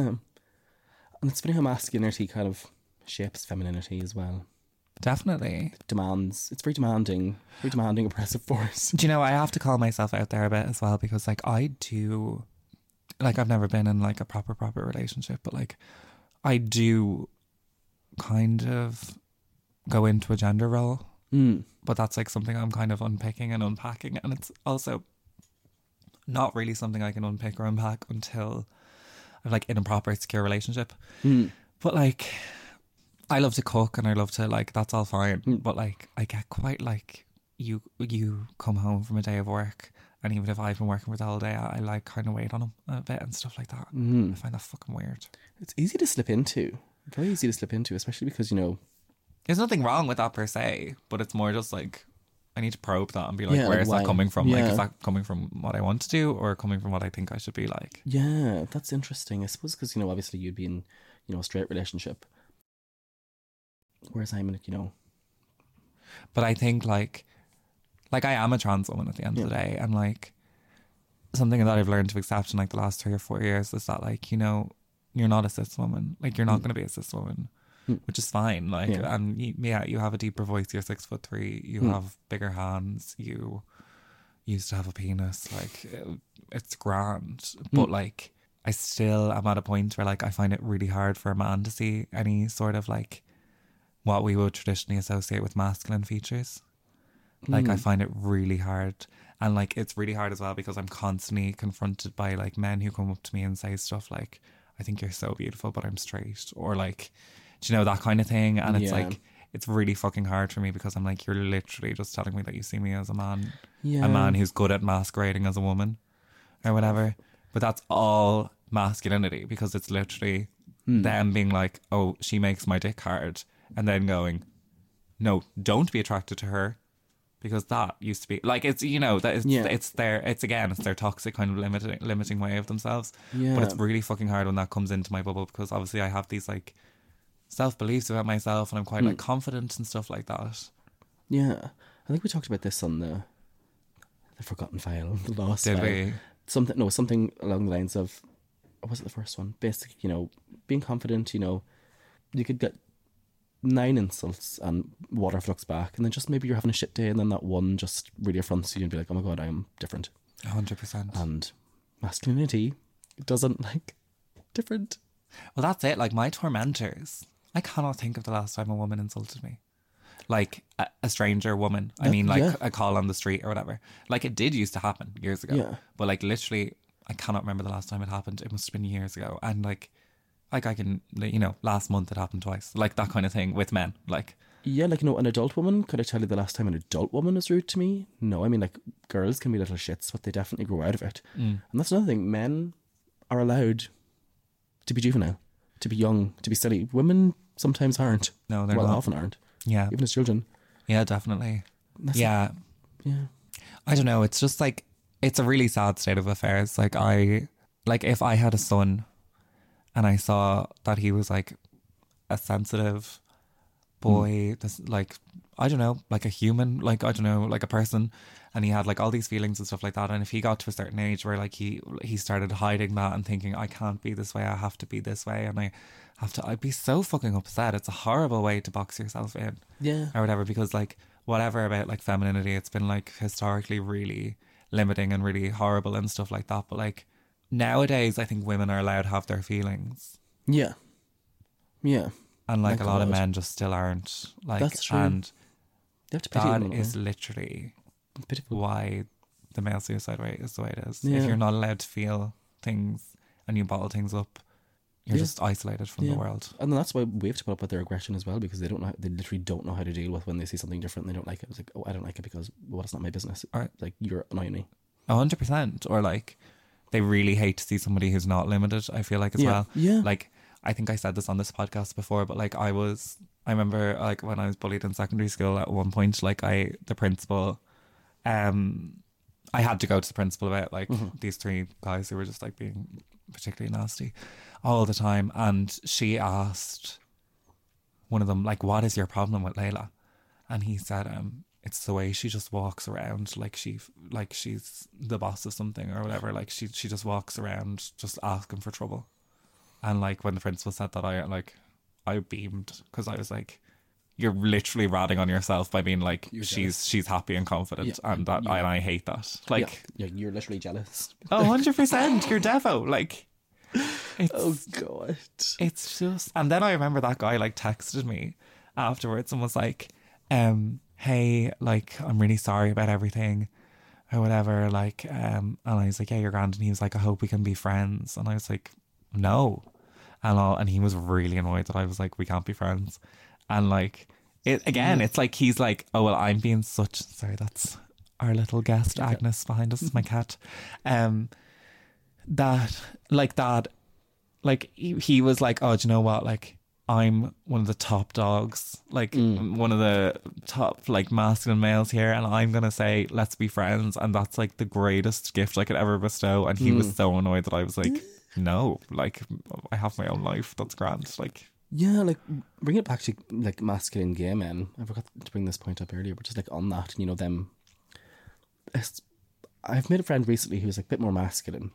B: and it's funny how masculinity kind of shapes femininity as well.
A: Definitely.
B: Demands. It's very demanding, very demanding, oppressive force.
A: Do you know, I have to call myself out there a bit as well because, like, I do, like, I've never been in, like, a proper, proper relationship, but, like, I do kind of go into a gender role,
B: Mm.
A: but that's, like, something I'm kind of unpicking and unpacking. And it's also not really something I can unpick or unpack until I'm, like, in a proper, secure relationship.
B: hmm,
A: But, like, I love to cook and I love to like that's all fine. But like I get quite like you you come home from a day of work and even if I've been working for the whole day, I, I like kind of wait on him a bit and stuff like that. I find that fucking weird.
B: hmm. It's easy to slip into. Very easy to slip into, especially because you know.
A: There's nothing wrong with that per se, but it's more just like I need to probe that and be like,
B: Yeah,
A: where
B: like,
A: is
B: why?
A: that coming from? Like,
B: Yeah.
A: is that coming from what I want to do or coming from what I think I should be like?
B: Yeah, that's interesting. I suppose because you know, obviously, you'd be in you know a straight relationship, whereas I'm in, you know,
A: But I think like like I am a trans woman at the end of the day and like something that I've learned to accept in like the last three or four years is that like, you know, you're not a cis woman. Like you're not gonna be a cis woman. which is fine. Like,
B: Yeah.
A: and you, yeah, you have a deeper voice. You're six foot three. You have bigger hands. You used to have a penis. Like, it- it's grand. But like, I still am at a point where like I find it really hard for a man to see any sort of like what we would traditionally associate with masculine features. Like I find it really hard. And like it's really hard as well because I'm constantly confronted by like men who come up to me and say stuff like, I think you're so beautiful, but I'm straight or like do you know that kind of thing? And it's
B: Yeah.
A: like it's really fucking hard for me because I'm like, you're literally just telling me that you see me as a man.
B: Yeah.
A: A man who's good at masquerading as a woman or whatever. But that's all masculinity because it's literally
B: Hmm.
A: them being like, oh, she makes my dick hard. And then going, no, don't be attracted to her because that used to be like it's you know that it's,
B: Yeah.
A: it's their it's again it's their toxic kind of limiting limiting way of themselves but it's
B: Yeah.
A: really fucking hard when that comes into my bubble because obviously i have these like self-beliefs about myself and i'm quite like
B: Hmm.
A: confident and stuff like that
B: Yeah, I think we talked about this on the the forgotten file, the lost
A: Did
B: file.
A: we?
B: Something no, something along the lines of what was it the first one? Basic, you know, being confident. You know, you could get nine insults and water flux back, and then just maybe you're having a shit day, and then that one just really affronts you and be like, oh my god, I am different.
A: 100%
B: And masculinity doesn't like different.
A: Well, that's it. Like my tormentors, I cannot think of the last time a woman insulted me. Like a, a stranger woman. I
B: That-
A: mean, like
B: yeah.
A: a call on the street or whatever. Like it did used to happen years ago.
B: Yeah.
A: But like literally, I cannot remember the last time it happened. It must have been years ago. And like, like I can, you know, last month it happened twice. Like that kind of thing with men. Like,
B: Yeah, like you know, an adult woman. Could I tell you the last time an adult woman was rude to me? No, I mean like girls can be little shits, but they definitely grow out of it.
A: Mm.
B: And that's another thing. Men are allowed to be juvenile, to be young, to be silly. Women sometimes aren't.
A: No, they're
B: well,
A: not.
B: often aren't.
A: yeah,
B: Even as children.
A: yeah, definitely.
B: That's-
A: yeah.
B: Yeah.
A: I don't know. It's just like it's a really sad state of affairs. Like I like if I had a son and I saw that he was like a sensitive boy, this like I don't know, like a human, like I don't know, like a person and he had like all these feelings and stuff like that and if he got to a certain age where like he he started hiding that and thinking I can't be this way, I have to be this way and I have to I'd be so fucking upset. It's a horrible way to box yourself in
B: Yeah.
A: or whatever because like whatever about like femininity it's been like historically really limiting and really horrible and stuff like that but like nowadays i think women are allowed to have their feelings
B: Yeah. Yeah.
A: and like
B: Like
A: a lot of
B: what?
A: men just still aren't like
B: That's true.
A: and
B: They have to pity
A: that
B: them.
A: is literally
B: pitiful.
A: why the male suicide rate is the way it is if
B: Yeah.
A: you're not allowed to feel things and you bottle things up you're
B: Yeah.
A: just isolated from
B: Yeah.
A: the world
B: And that's why we have to put up with their aggression as well because they don't know. They literally don't know how to deal with when they see something different. and They don't like it. It's like, oh, I don't like it because well, it's not my business.
A: Right.
B: Like you're annoying me.
A: A hundred percent. Or like they really hate to see somebody who's not limited, I feel like as
B: Yeah.
A: well.
B: Yeah.
A: Like I think I said this on this podcast before, but like I was I remember like when I was bullied in secondary school at one point, like I the principal um I had to go to the principal about like these three guys who were just like being particularly nasty all the time and she asked one of them, like, what is your problem with Layla? And he said, um, it's the way she just walks around like she like she's the boss of something or whatever. Like she she just walks around just asking for trouble. And like when the principal said that, I like I beamed because I was like, you're literally ratting on yourself by being like she's she's happy and confident,
B: Yeah,
A: and that I and I hate that. Like
B: yeah, yeah, you're literally jealous.
A: a hundred percent, you're devo. Like it's
B: Oh, god.
A: It's just, and then I remember that guy like texted me afterwards and was like, um, "Hey, like I'm really sorry about everything, or whatever." Like, um, and I was like, "Yeah, you're grand," and he was like, "I hope we can be friends," and I was like, "No," and all, and he was really annoyed that I was like, "We can't be friends," and like it again, it's like he's like, "Oh well, I'm being such." Sorry, that's our little guest Agnes behind us, my cat. Um, that like that like he, he was like oh do you know what like i'm one of the top dogs like one of the top like masculine males here and i'm gonna say let's be friends and that's like the greatest gift i could ever bestow and he was so annoyed that i was like no like i have my own life that's grand like
B: Yeah, like bring it back to like masculine gay men. I forgot to bring this point up earlier, but just like on that, you know them. It's, I've made a friend recently who's like a bit more masculine,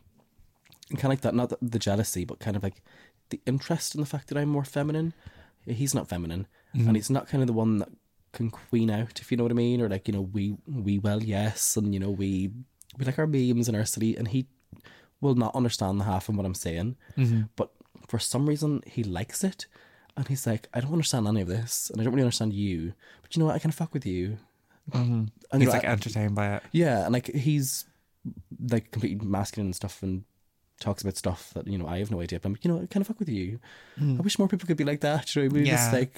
B: and kind of like that, not the, the jealousy, but kind of like the interest in the fact that I'm more feminine. he's not feminine,
A: Mm-hmm.
B: and he's not kind of the one that can queen out, if you know what I mean, or like you know we we well yes, and you know we we like our memes and our city, and he will not understand the half of what I'm saying,
A: Mm-hmm.
B: but for some reason he likes it, and he's like, I don't understand any of this, and I don't really understand you, but you know what, I can fuck with you. And, you
A: Mm-hmm. He's
B: know,
A: like
B: I-
A: entertained by it.
B: yeah, and like he's like completely masculine and stuff and talks about stuff that, you know, I have no idea. But I'm like, you know, I kind of fuck with you. I wish more people could be like that. You know, we
A: Hmm. Yeah.
B: just like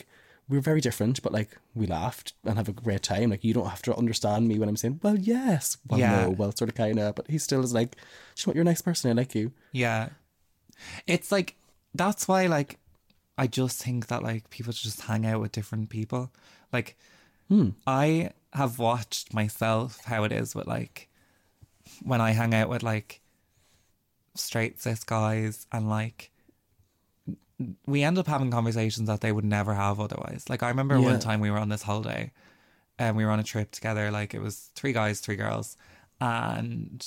B: we're very different, but like we laughed and have a great time. Like you don't have to understand me when I'm saying, Well, yes, well
A: Yeah.
B: no, well sort of kinda, but he still is like, "Do you know what, you're a nice person, I like you.
A: Yeah. It's like that's why like I just think that like people should just hang out with different people. Like Hmm. I have watched myself how it is with like when I hang out with like straight cis guys and like we end up having conversations that they would never have otherwise. Like I remember
B: Yeah.
A: one time we were on this holiday and we were on a trip together. Like it was three guys, three girls, and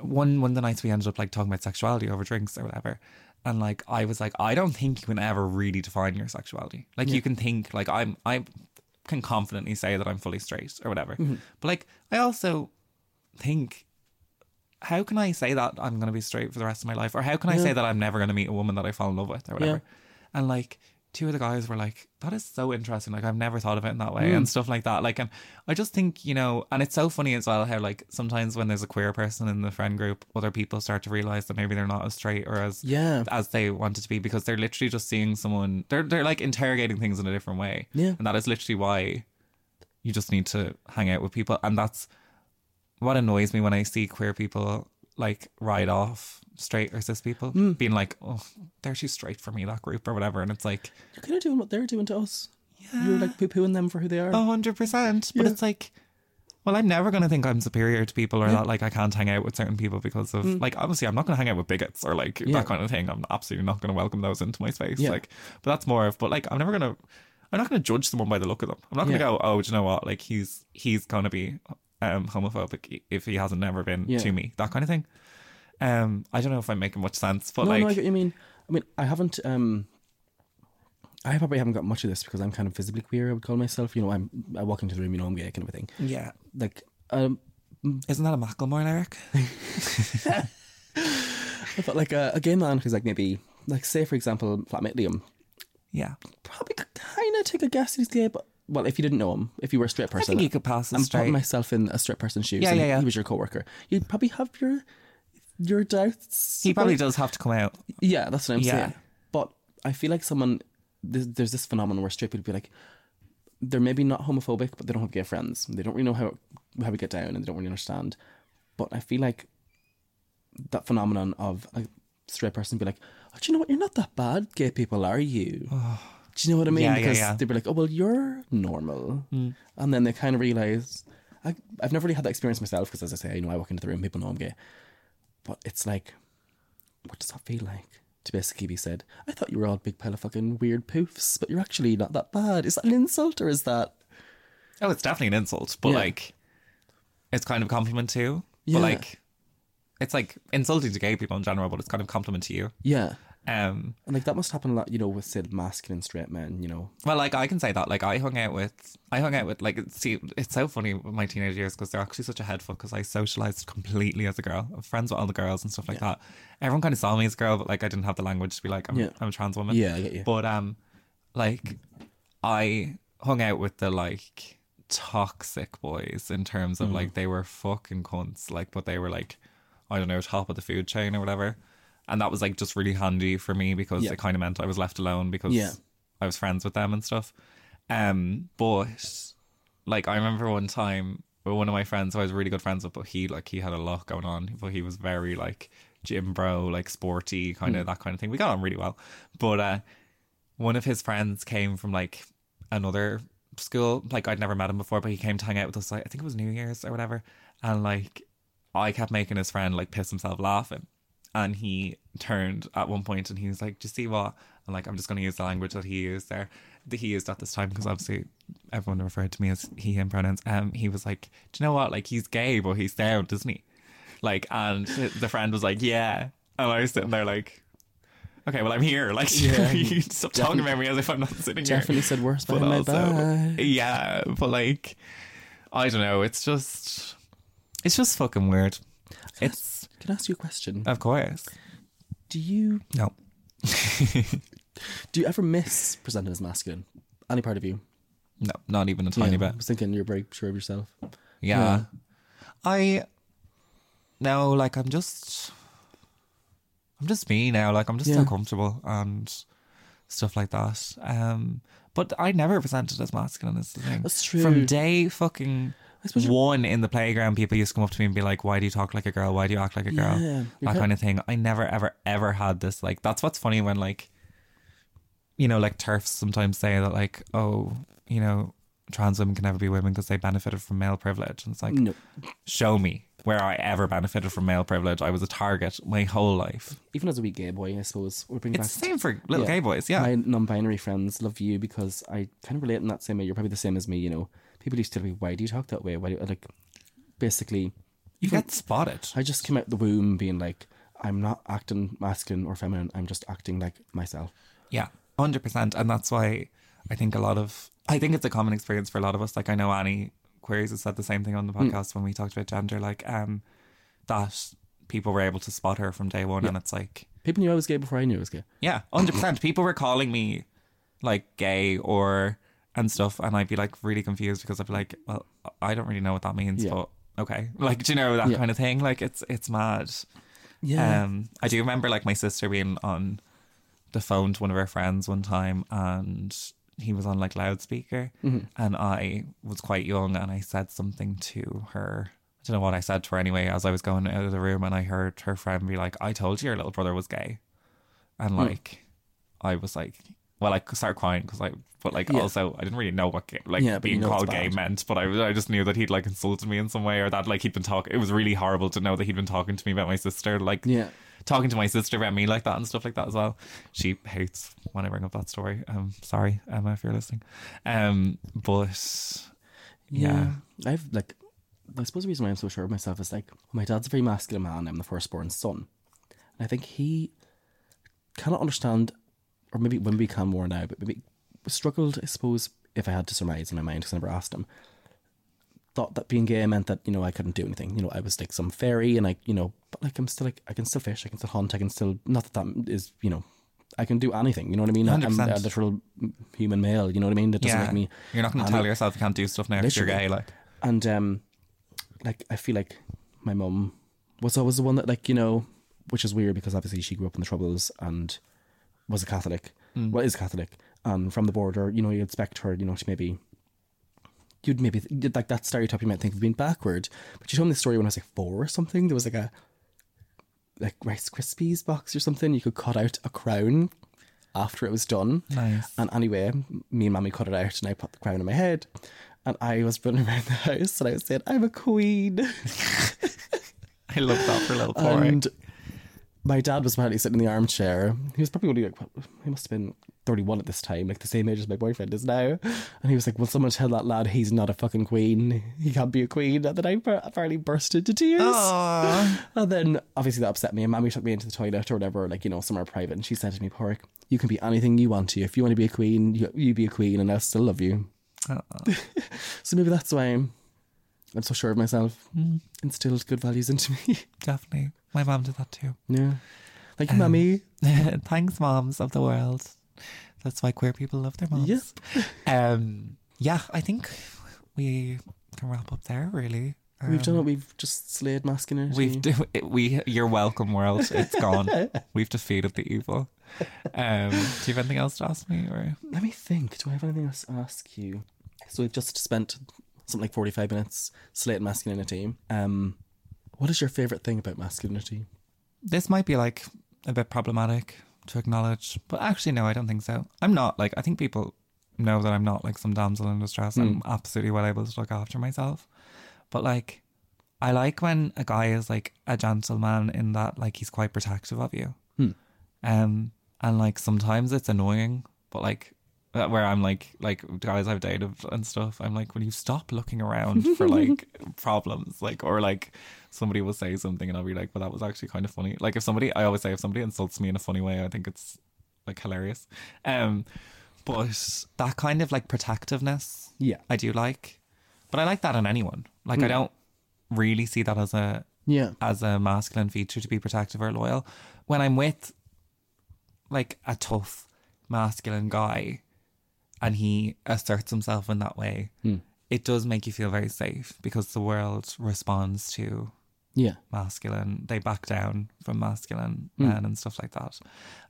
A: one one of the nights we ended up like talking about sexuality over drinks or whatever. And like I was like, I don't think you can ever really define your sexuality. Like you can think like I'm I can confidently say that I'm fully straight or whatever. But like I also think how can I say that I'm going to be straight for the rest of my life? Or how can I say that I'm never going to meet a woman that I fall in love with or whatever? And like, two of the guys were like, that is so interesting. Like, I've never thought of it in that way and stuff like that. Like, and I just think, you know, and it's so funny as well how, like, sometimes when there's a queer person in the friend group, other people start to realize that maybe they're not as straight or as
B: Yeah.
A: as they wanted to be because they're literally just seeing someone, they're, they're like interrogating things in a different way.
B: Yeah.
A: And that is literally why you just need to hang out with people. And that's, what annoys me when I see queer people like ride off straight or cis people
B: Hmm.
A: being like, oh, they're too straight for me, that group or whatever. And it's like,
B: You're kinda doing what they're doing to us. You're like poo pooing them for who they are.
A: 100%. But it's like, well, I'm never going to think I'm superior to people or that like I can't hang out with certain people because of
B: Mm.
A: like, obviously, I'm not going to hang out with bigots or like that kind of thing. I'm absolutely not going to welcome those into my space.
B: Yeah.
A: Like, but that's more of, but like, I'm never going to. I'm not going to judge someone by the look of them. I'm not going to
B: Yeah.
A: go, oh, do you know what? Like he's he's going to be um, homophobic if he hasn't never been
B: Yeah.
A: to me. That kind of thing. Um, I don't know if I'm making much sense, but
B: No,
A: like,
B: no, I get what you mean. I mean, I haven't. Um, I probably haven't got much of this because I'm kind of visibly queer. I would call myself. You know, I'm. I walk into the room. You know, I'm gay, kind of a thing.
A: yeah,
B: Like, um,
A: isn't that a Macklemore lyric?
B: I thought like a, a gay man who's like maybe like say for example, flatmate Liam
A: yeah,
B: probably could kind of take a guess that he's gay, but well, if you didn't know him, if you were a straight
A: I
B: person,
A: think you could pass
B: I'm
A: as straight.
B: putting myself in a straight person's shoes.
A: Yeah,
B: and
A: yeah, yeah.
B: He was your coworker. You'd probably have your your doubts.
A: he
B: about
A: probably does have to come out.
B: Yeah, that's what I'm
A: Yeah.
B: saying. But I feel like someone there's, there's this phenomenon where straight people be like, they're maybe not homophobic, but they don't have gay friends. They don't really know how how we get down, and they don't really understand. But I feel like that phenomenon of a straight person be like, oh, do you know what? You're not that bad. Gay people, are you? do you know what I mean?
A: Yeah, yeah,
B: because
A: yeah.
B: they'd be like, oh well, you're normal, and then they kind of realize. I, I've never really had that experience myself because, as I say, you know, I walk into the room, people know I'm gay. But it's like, what does that feel like? To basically be said, I thought you were all a big pile of fucking weird poofs, but you're actually not that bad. Is that an insult or is that
A: Oh, it's definitely an insult, but
B: Yeah.
A: like, it's kind of a compliment too.
B: Yeah.
A: But like, it's like insulting to gay people in general, but it's kind of a compliment to you.
B: yeah?
A: Um,
B: And like that must happen a lot, you know, with said masculine straight men, you know.
A: well, like I can say that. Like I hung out with, I hung out with like see, it's so funny with my teenage years because they're actually such a head fuck because I socialized completely as a girl. I'm friends with all the girls and stuff like that. Everyone kind of saw me as a girl, but like I didn't have the language to be like I'm,
B: Yeah.
A: I'm a trans woman.
B: Yeah, I get you.
A: But um, like I hung out with the like toxic boys in terms
B: Mm.
A: of like they were fucking cunts, like but they were like I don't know top of the food chain or whatever, and that was like just really handy for me because
B: Yeah.
A: it kind of meant I was left alone because
B: Yeah.
A: I was friends with them and stuff. Um, but like I remember one time with one of my friends who I was really good friends with, but he like he had a lot going on, but he was very like gym bro, like sporty kind
B: Mm.
A: of that kind of thing. We got on really well, but uh, one of his friends came from like another school. Like I'd never met him before, but he came to hang out with us. Like I think it was New Year's or whatever, and like I kept making his friend like piss himself laughing. And he turned at one point and he was like, Do you see what? And like, I'm just going to use the language that he used there, that he used at this time, because obviously everyone referred to me as he, him pronouns. Um, He was like, Do you know what? Like, he's gay, but he's sound, isn't he? Like, and the friend was like, Yeah. And I was sitting there like, okay, well, I'm here. Like,
B: Yeah.
A: you stop talking about me as if I'm not sitting here.
B: Definitely said worse
A: But
B: behind my
A: also,
B: back.
A: yeah, but like, I don't know. It's just, it's just fucking weird. It's,
B: Can I ask you a question?
A: of course.
B: Do you
A: No.
B: do you ever miss presenting as masculine? Any part of you?
A: No, not even a tiny
B: Yeah,
A: bit.
B: I was thinking you're very sure of yourself.
A: Yeah. I no, like I'm just I'm just me now, like I'm just
B: Yeah.
A: so comfortable and stuff like that. Um but I never presented as masculine as the thing.
B: That's
A: From
B: true.
A: day fucking
B: suppose you-
A: one in the playground, people used to come up to me and be like, Why do you talk like a girl? Why do you act like a girl?
B: Yeah.
A: That kind of thing. I never, ever, ever had this. Like, that's what's funny when, like, you know, like turfs sometimes say that, like, oh, you know, trans women can never be women because they benefited from male privilege. And it's like,
B: No.
A: show me where I ever benefited from male privilege. I was a target my whole life.
B: Even as a wee gay boy, I suppose. We're bringing
A: It's
B: back
A: the same for little
B: Yeah.
A: gay boys, yeah.
B: my non-binary friends love you because I kind of relate in that same way. You're probably the same as me, you know. People used to tell me, "Why do you talk that way? Why do you, like?" Basically,
A: you get spotted.
B: I just came out the womb being like, "I'm not acting masculine or feminine. I'm just acting like myself."
A: Yeah, hundred percent, and that's why I think a lot of I think it's a common experience for a lot of us. Like I know Annie Queries has said the same thing on the
B: Mm.
A: podcast when we talked about gender, like um that people were able to spot her from day one, and it's like
B: People knew I was gay before I knew I was gay.
A: yeah, hundred percent. People were calling me like gay or and stuff, and I'd be like really confused because I'd be like, well, I don't really know what that means,
B: Yeah.
A: but okay, like do you know that
B: Yeah.
A: kind of thing? Like it's it's mad.
B: Yeah,
A: Um, I do remember like my sister being on the phone to one of her friends one time, and he was on like loudspeaker,
B: Mm-hmm.
A: and I was quite young, and I said something to her. I don't know what I said to her anyway. As I was going out of the room, and I heard her friend be like, "I told you your little brother was gay," and
B: Hmm.
A: like I was like. Well, I started crying because I, but like
B: Yeah.
A: also I didn't really know what gay, like
B: Yeah, but you
A: being
B: know it's
A: called gay
B: bad.
A: meant, but I, was- I just knew that he'd like insulted me in some way or that like he'd been talking. It was really horrible to know that he'd been talking to me about my sister, like
B: yeah.
A: talking to my sister about me like that and stuff like that as well. She hates when I bring up that story. Um, sorry, Emma, if you're listening. Um, but yeah,
B: I've like, I suppose the reason why I'm so sure of myself is like, my dad's a very masculine man. I'm the firstborn son, and I think he cannot understand, or maybe when we can more now, but maybe struggled. I suppose if I had to surmise in my mind, because I never asked him, thought that being gay meant that you know I couldn't do anything. You know, I was like some fairy, and I you know, but like I'm still like I can still fish, I can still hunt, I can still not that that is you know. I can do anything, you know what I mean? i am a
A: 100%.
B: literal human male, you know what I mean? That doesn't
A: yeah.
B: make me
A: you're not going to tell yourself you can't do stuff now if you're
B: Literally.
A: gay. Like,
B: and um like i feel like my mum was always the one that like you know which is weird because obviously she grew up in the troubles and was a catholic well is catholic and from the border you know you expect her you know to maybe you'd maybe th- like that stereotype you might think of being backward but she told me this story when i was like four or something there was like a like rice krispies box or something you could cut out a crown after it was done
A: nice.
B: and anyway, me and mommy cut it out and I put the crown on my head. And I was running around the house and I was saying, I'm a queen.
A: I love that for a little boy.
B: and my dad was apparently sitting in the armchair. He was probably only like, what- he must have been 31 at this time, like the same age as my boyfriend is now. And he was like, Will someone tell that lad he's not a fucking queen? He can't be a queen. And then I bur- apparently burst into tears.
A: Oh. Aw.
B: And then obviously that upset me. And mommy took me into the toilet or whatever, like, you know, somewhere private. And she said to me, Porrick, you can be anything you want to. If you want to be a queen, you, you be a queen and I'll still love you.
A: Aw.
B: So maybe that's why I'm, I'm so sure of myself. Instilled good values into me.
A: definitely. My mom did that too.
B: yeah. Thank you, mummy.
A: Thanks, moms of the world. That's why queer people love their moms.
B: Yes.
A: Um, yeah, I think we can wrap up there. Really, Um,
B: We've done it. We've just slayed masculinity.
A: We've do, it, we you're welcome world. It's gone. We've defeated the evil. Um, do you have anything else to ask me? Or
B: Let me think. Do I have anything else to ask you? So we've just spent something like forty-five minutes slating masculinity. Um, what is your favorite thing about masculinity?
A: this might be like a bit problematic to acknowledge, but actually no, I don't think so. I'm not like I think people know that I'm not like some damsel in distress. I'm absolutely well able to look after myself, but like I like when a guy is like a gentleman in that like he's quite protective of you. Um, and like sometimes it's annoying, but like Uh, Where I'm like, like guys I've dated and stuff, I'm like, will you stop looking around for like problems, like or like somebody will say something and I'll be like, well, that was actually kind of funny. Like if somebody, I always say if somebody insults me in a funny way, I think it's like hilarious. Um, but that kind of like protectiveness,
B: Yeah.
A: I do like, but I like that in anyone. Like I don't really see that as a
B: Yeah.
A: as a masculine feature to be protective or loyal. When I'm with like a tough masculine guy and he asserts himself in that way, it does make you feel very safe because the world responds to
B: Yeah.
A: masculine. They back down from masculine men and stuff like that.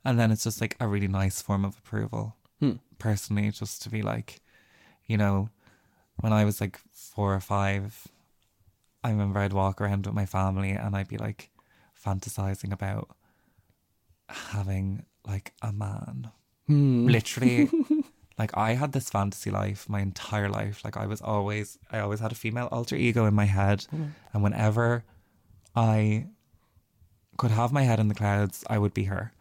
A: And then it's just like a really nice form of approval. Personally, just to be like, you know, when I was like four or five, I remember I'd walk around with my family and I'd be like fantasizing about having like a man. Literally. Like I had this fantasy life my entire life. Like I was always, I always had a female alter ego in my head, and whenever I could have my head in the clouds, I would be her.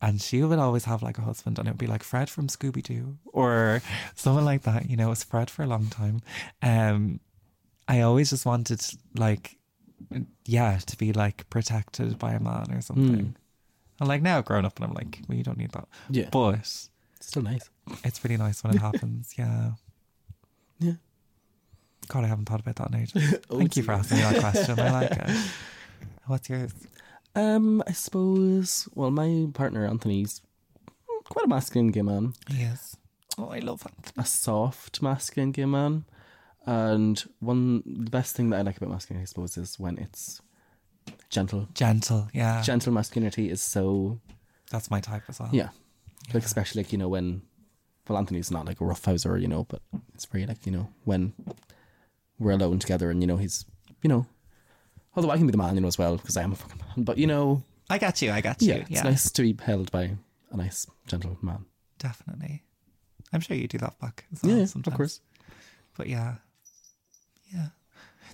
A: And she would always have like a husband, and it would be like Fred from Scooby Doo or someone like that. You know, it was Fred for a long time. Um, I always just wanted like, yeah, to be like protected by a man or something. And like now, grown up, and I'm like, well, you don't need that.
B: Yeah.
A: But
B: Still nice.
A: it's really nice when it happens. Yeah.
B: Yeah. Oh,
A: God, I haven't thought about that in ages. Thank you for asking me that question. I like it. What's yours?
B: Um, I suppose. Well, my partner Anthony's quite a masculine gay man,
A: Yes. Oh, I love it.
B: a soft masculine gay man, and one the best thing that I like about masculinity, I suppose, is when it's gentle.
A: Gentle. Yeah.
B: Gentle masculinity is so
A: That's my type as well.
B: yeah, like especially like you know when, well, Anthony's not like a roughhouser, you know, but it's very like you know when we're alone together and you know he's you know, although I can be the man you know as well because I am a fucking man, but you know
A: I got you. I got you.
B: yeah,
A: Yeah.
B: it's nice to be held by a nice gentle man.
A: Definitely. I'm sure you do that back as well sometimes.
B: of course.
A: But yeah. Yeah.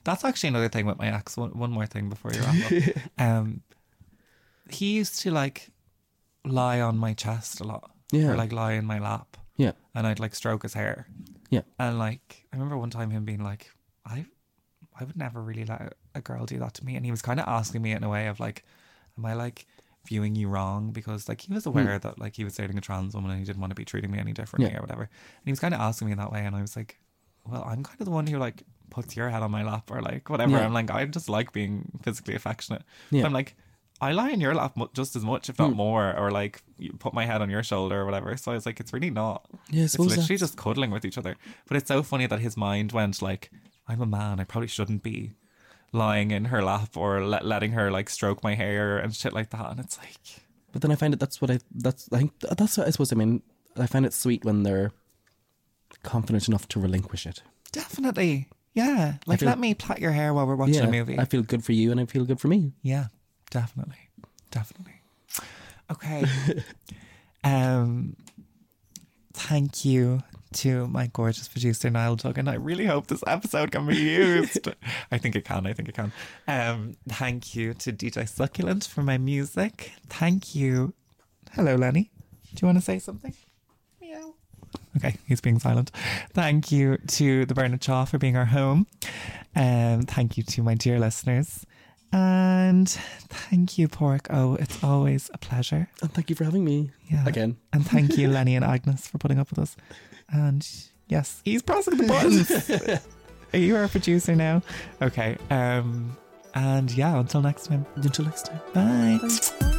A: That's actually another thing with my ex. One, one more thing before you wrap up. um, he used to like lie on my chest a lot.
B: Yeah.
A: Or like lie in my lap.
B: Yeah,
A: and I'd like stroke his hair.
B: Yeah.
A: And like I remember one time him being like, I I would never really let a girl do that to me. And he was kinda asking me in a way of like, Am I like viewing you wrong? Because like
B: Hmm.
A: he was aware that like he was dating a trans woman and he didn't want to be treating me any differently
B: Yeah.
A: or whatever. And he was kinda asking me in that way and I was like, Well, I'm kind of the one who like puts your head on my lap or like whatever.
B: Yeah.
A: I'm like, I just like being physically affectionate.
B: Yeah. Hmm.
A: But I'm like I lie in your lap mu- just as much, if not more, or like you put my head on your shoulder or whatever. So I was like, it's really not
B: yeah. I
A: it's
B: suppose
A: literally just cuddling with each other. But it's so funny that his mind went like, "I'm a man. I probably shouldn't be lying in her lap or le- letting her like stroke my hair and shit like that." And it's like,
B: But then I find it that's what I that's I think that's what I suppose I mean. I find it sweet when they're confident enough to relinquish it.
A: definitely, yeah. Like,
B: feel-
A: let me plait your hair while we're watching a movie.
B: I feel good for you and I feel good for me.
A: Yeah, definitely, definitely. Okay. um, thank you to my gorgeous producer Niall Duggan. I really hope this episode can be used. I think it can. I think it can. Um, thank you to DJ Succulent for my music. Thank you. Hello, Lenny. Do you want to say something? Meow. Okay, he's being silent. Thank you to the Bernard Shaw for being our home. Um, thank you to my dear listeners. And thank you, Pork. Oh, it's always a pleasure.
B: And thank you for having me
A: Yeah.
B: again.
A: And thank you, Lenny and Agnes, for putting up with us. And yes, he's pressing the buttons. Are you our producer now? Okay. Um, and yeah, until next time.
B: Until next time.
A: Bye.
B: Bye.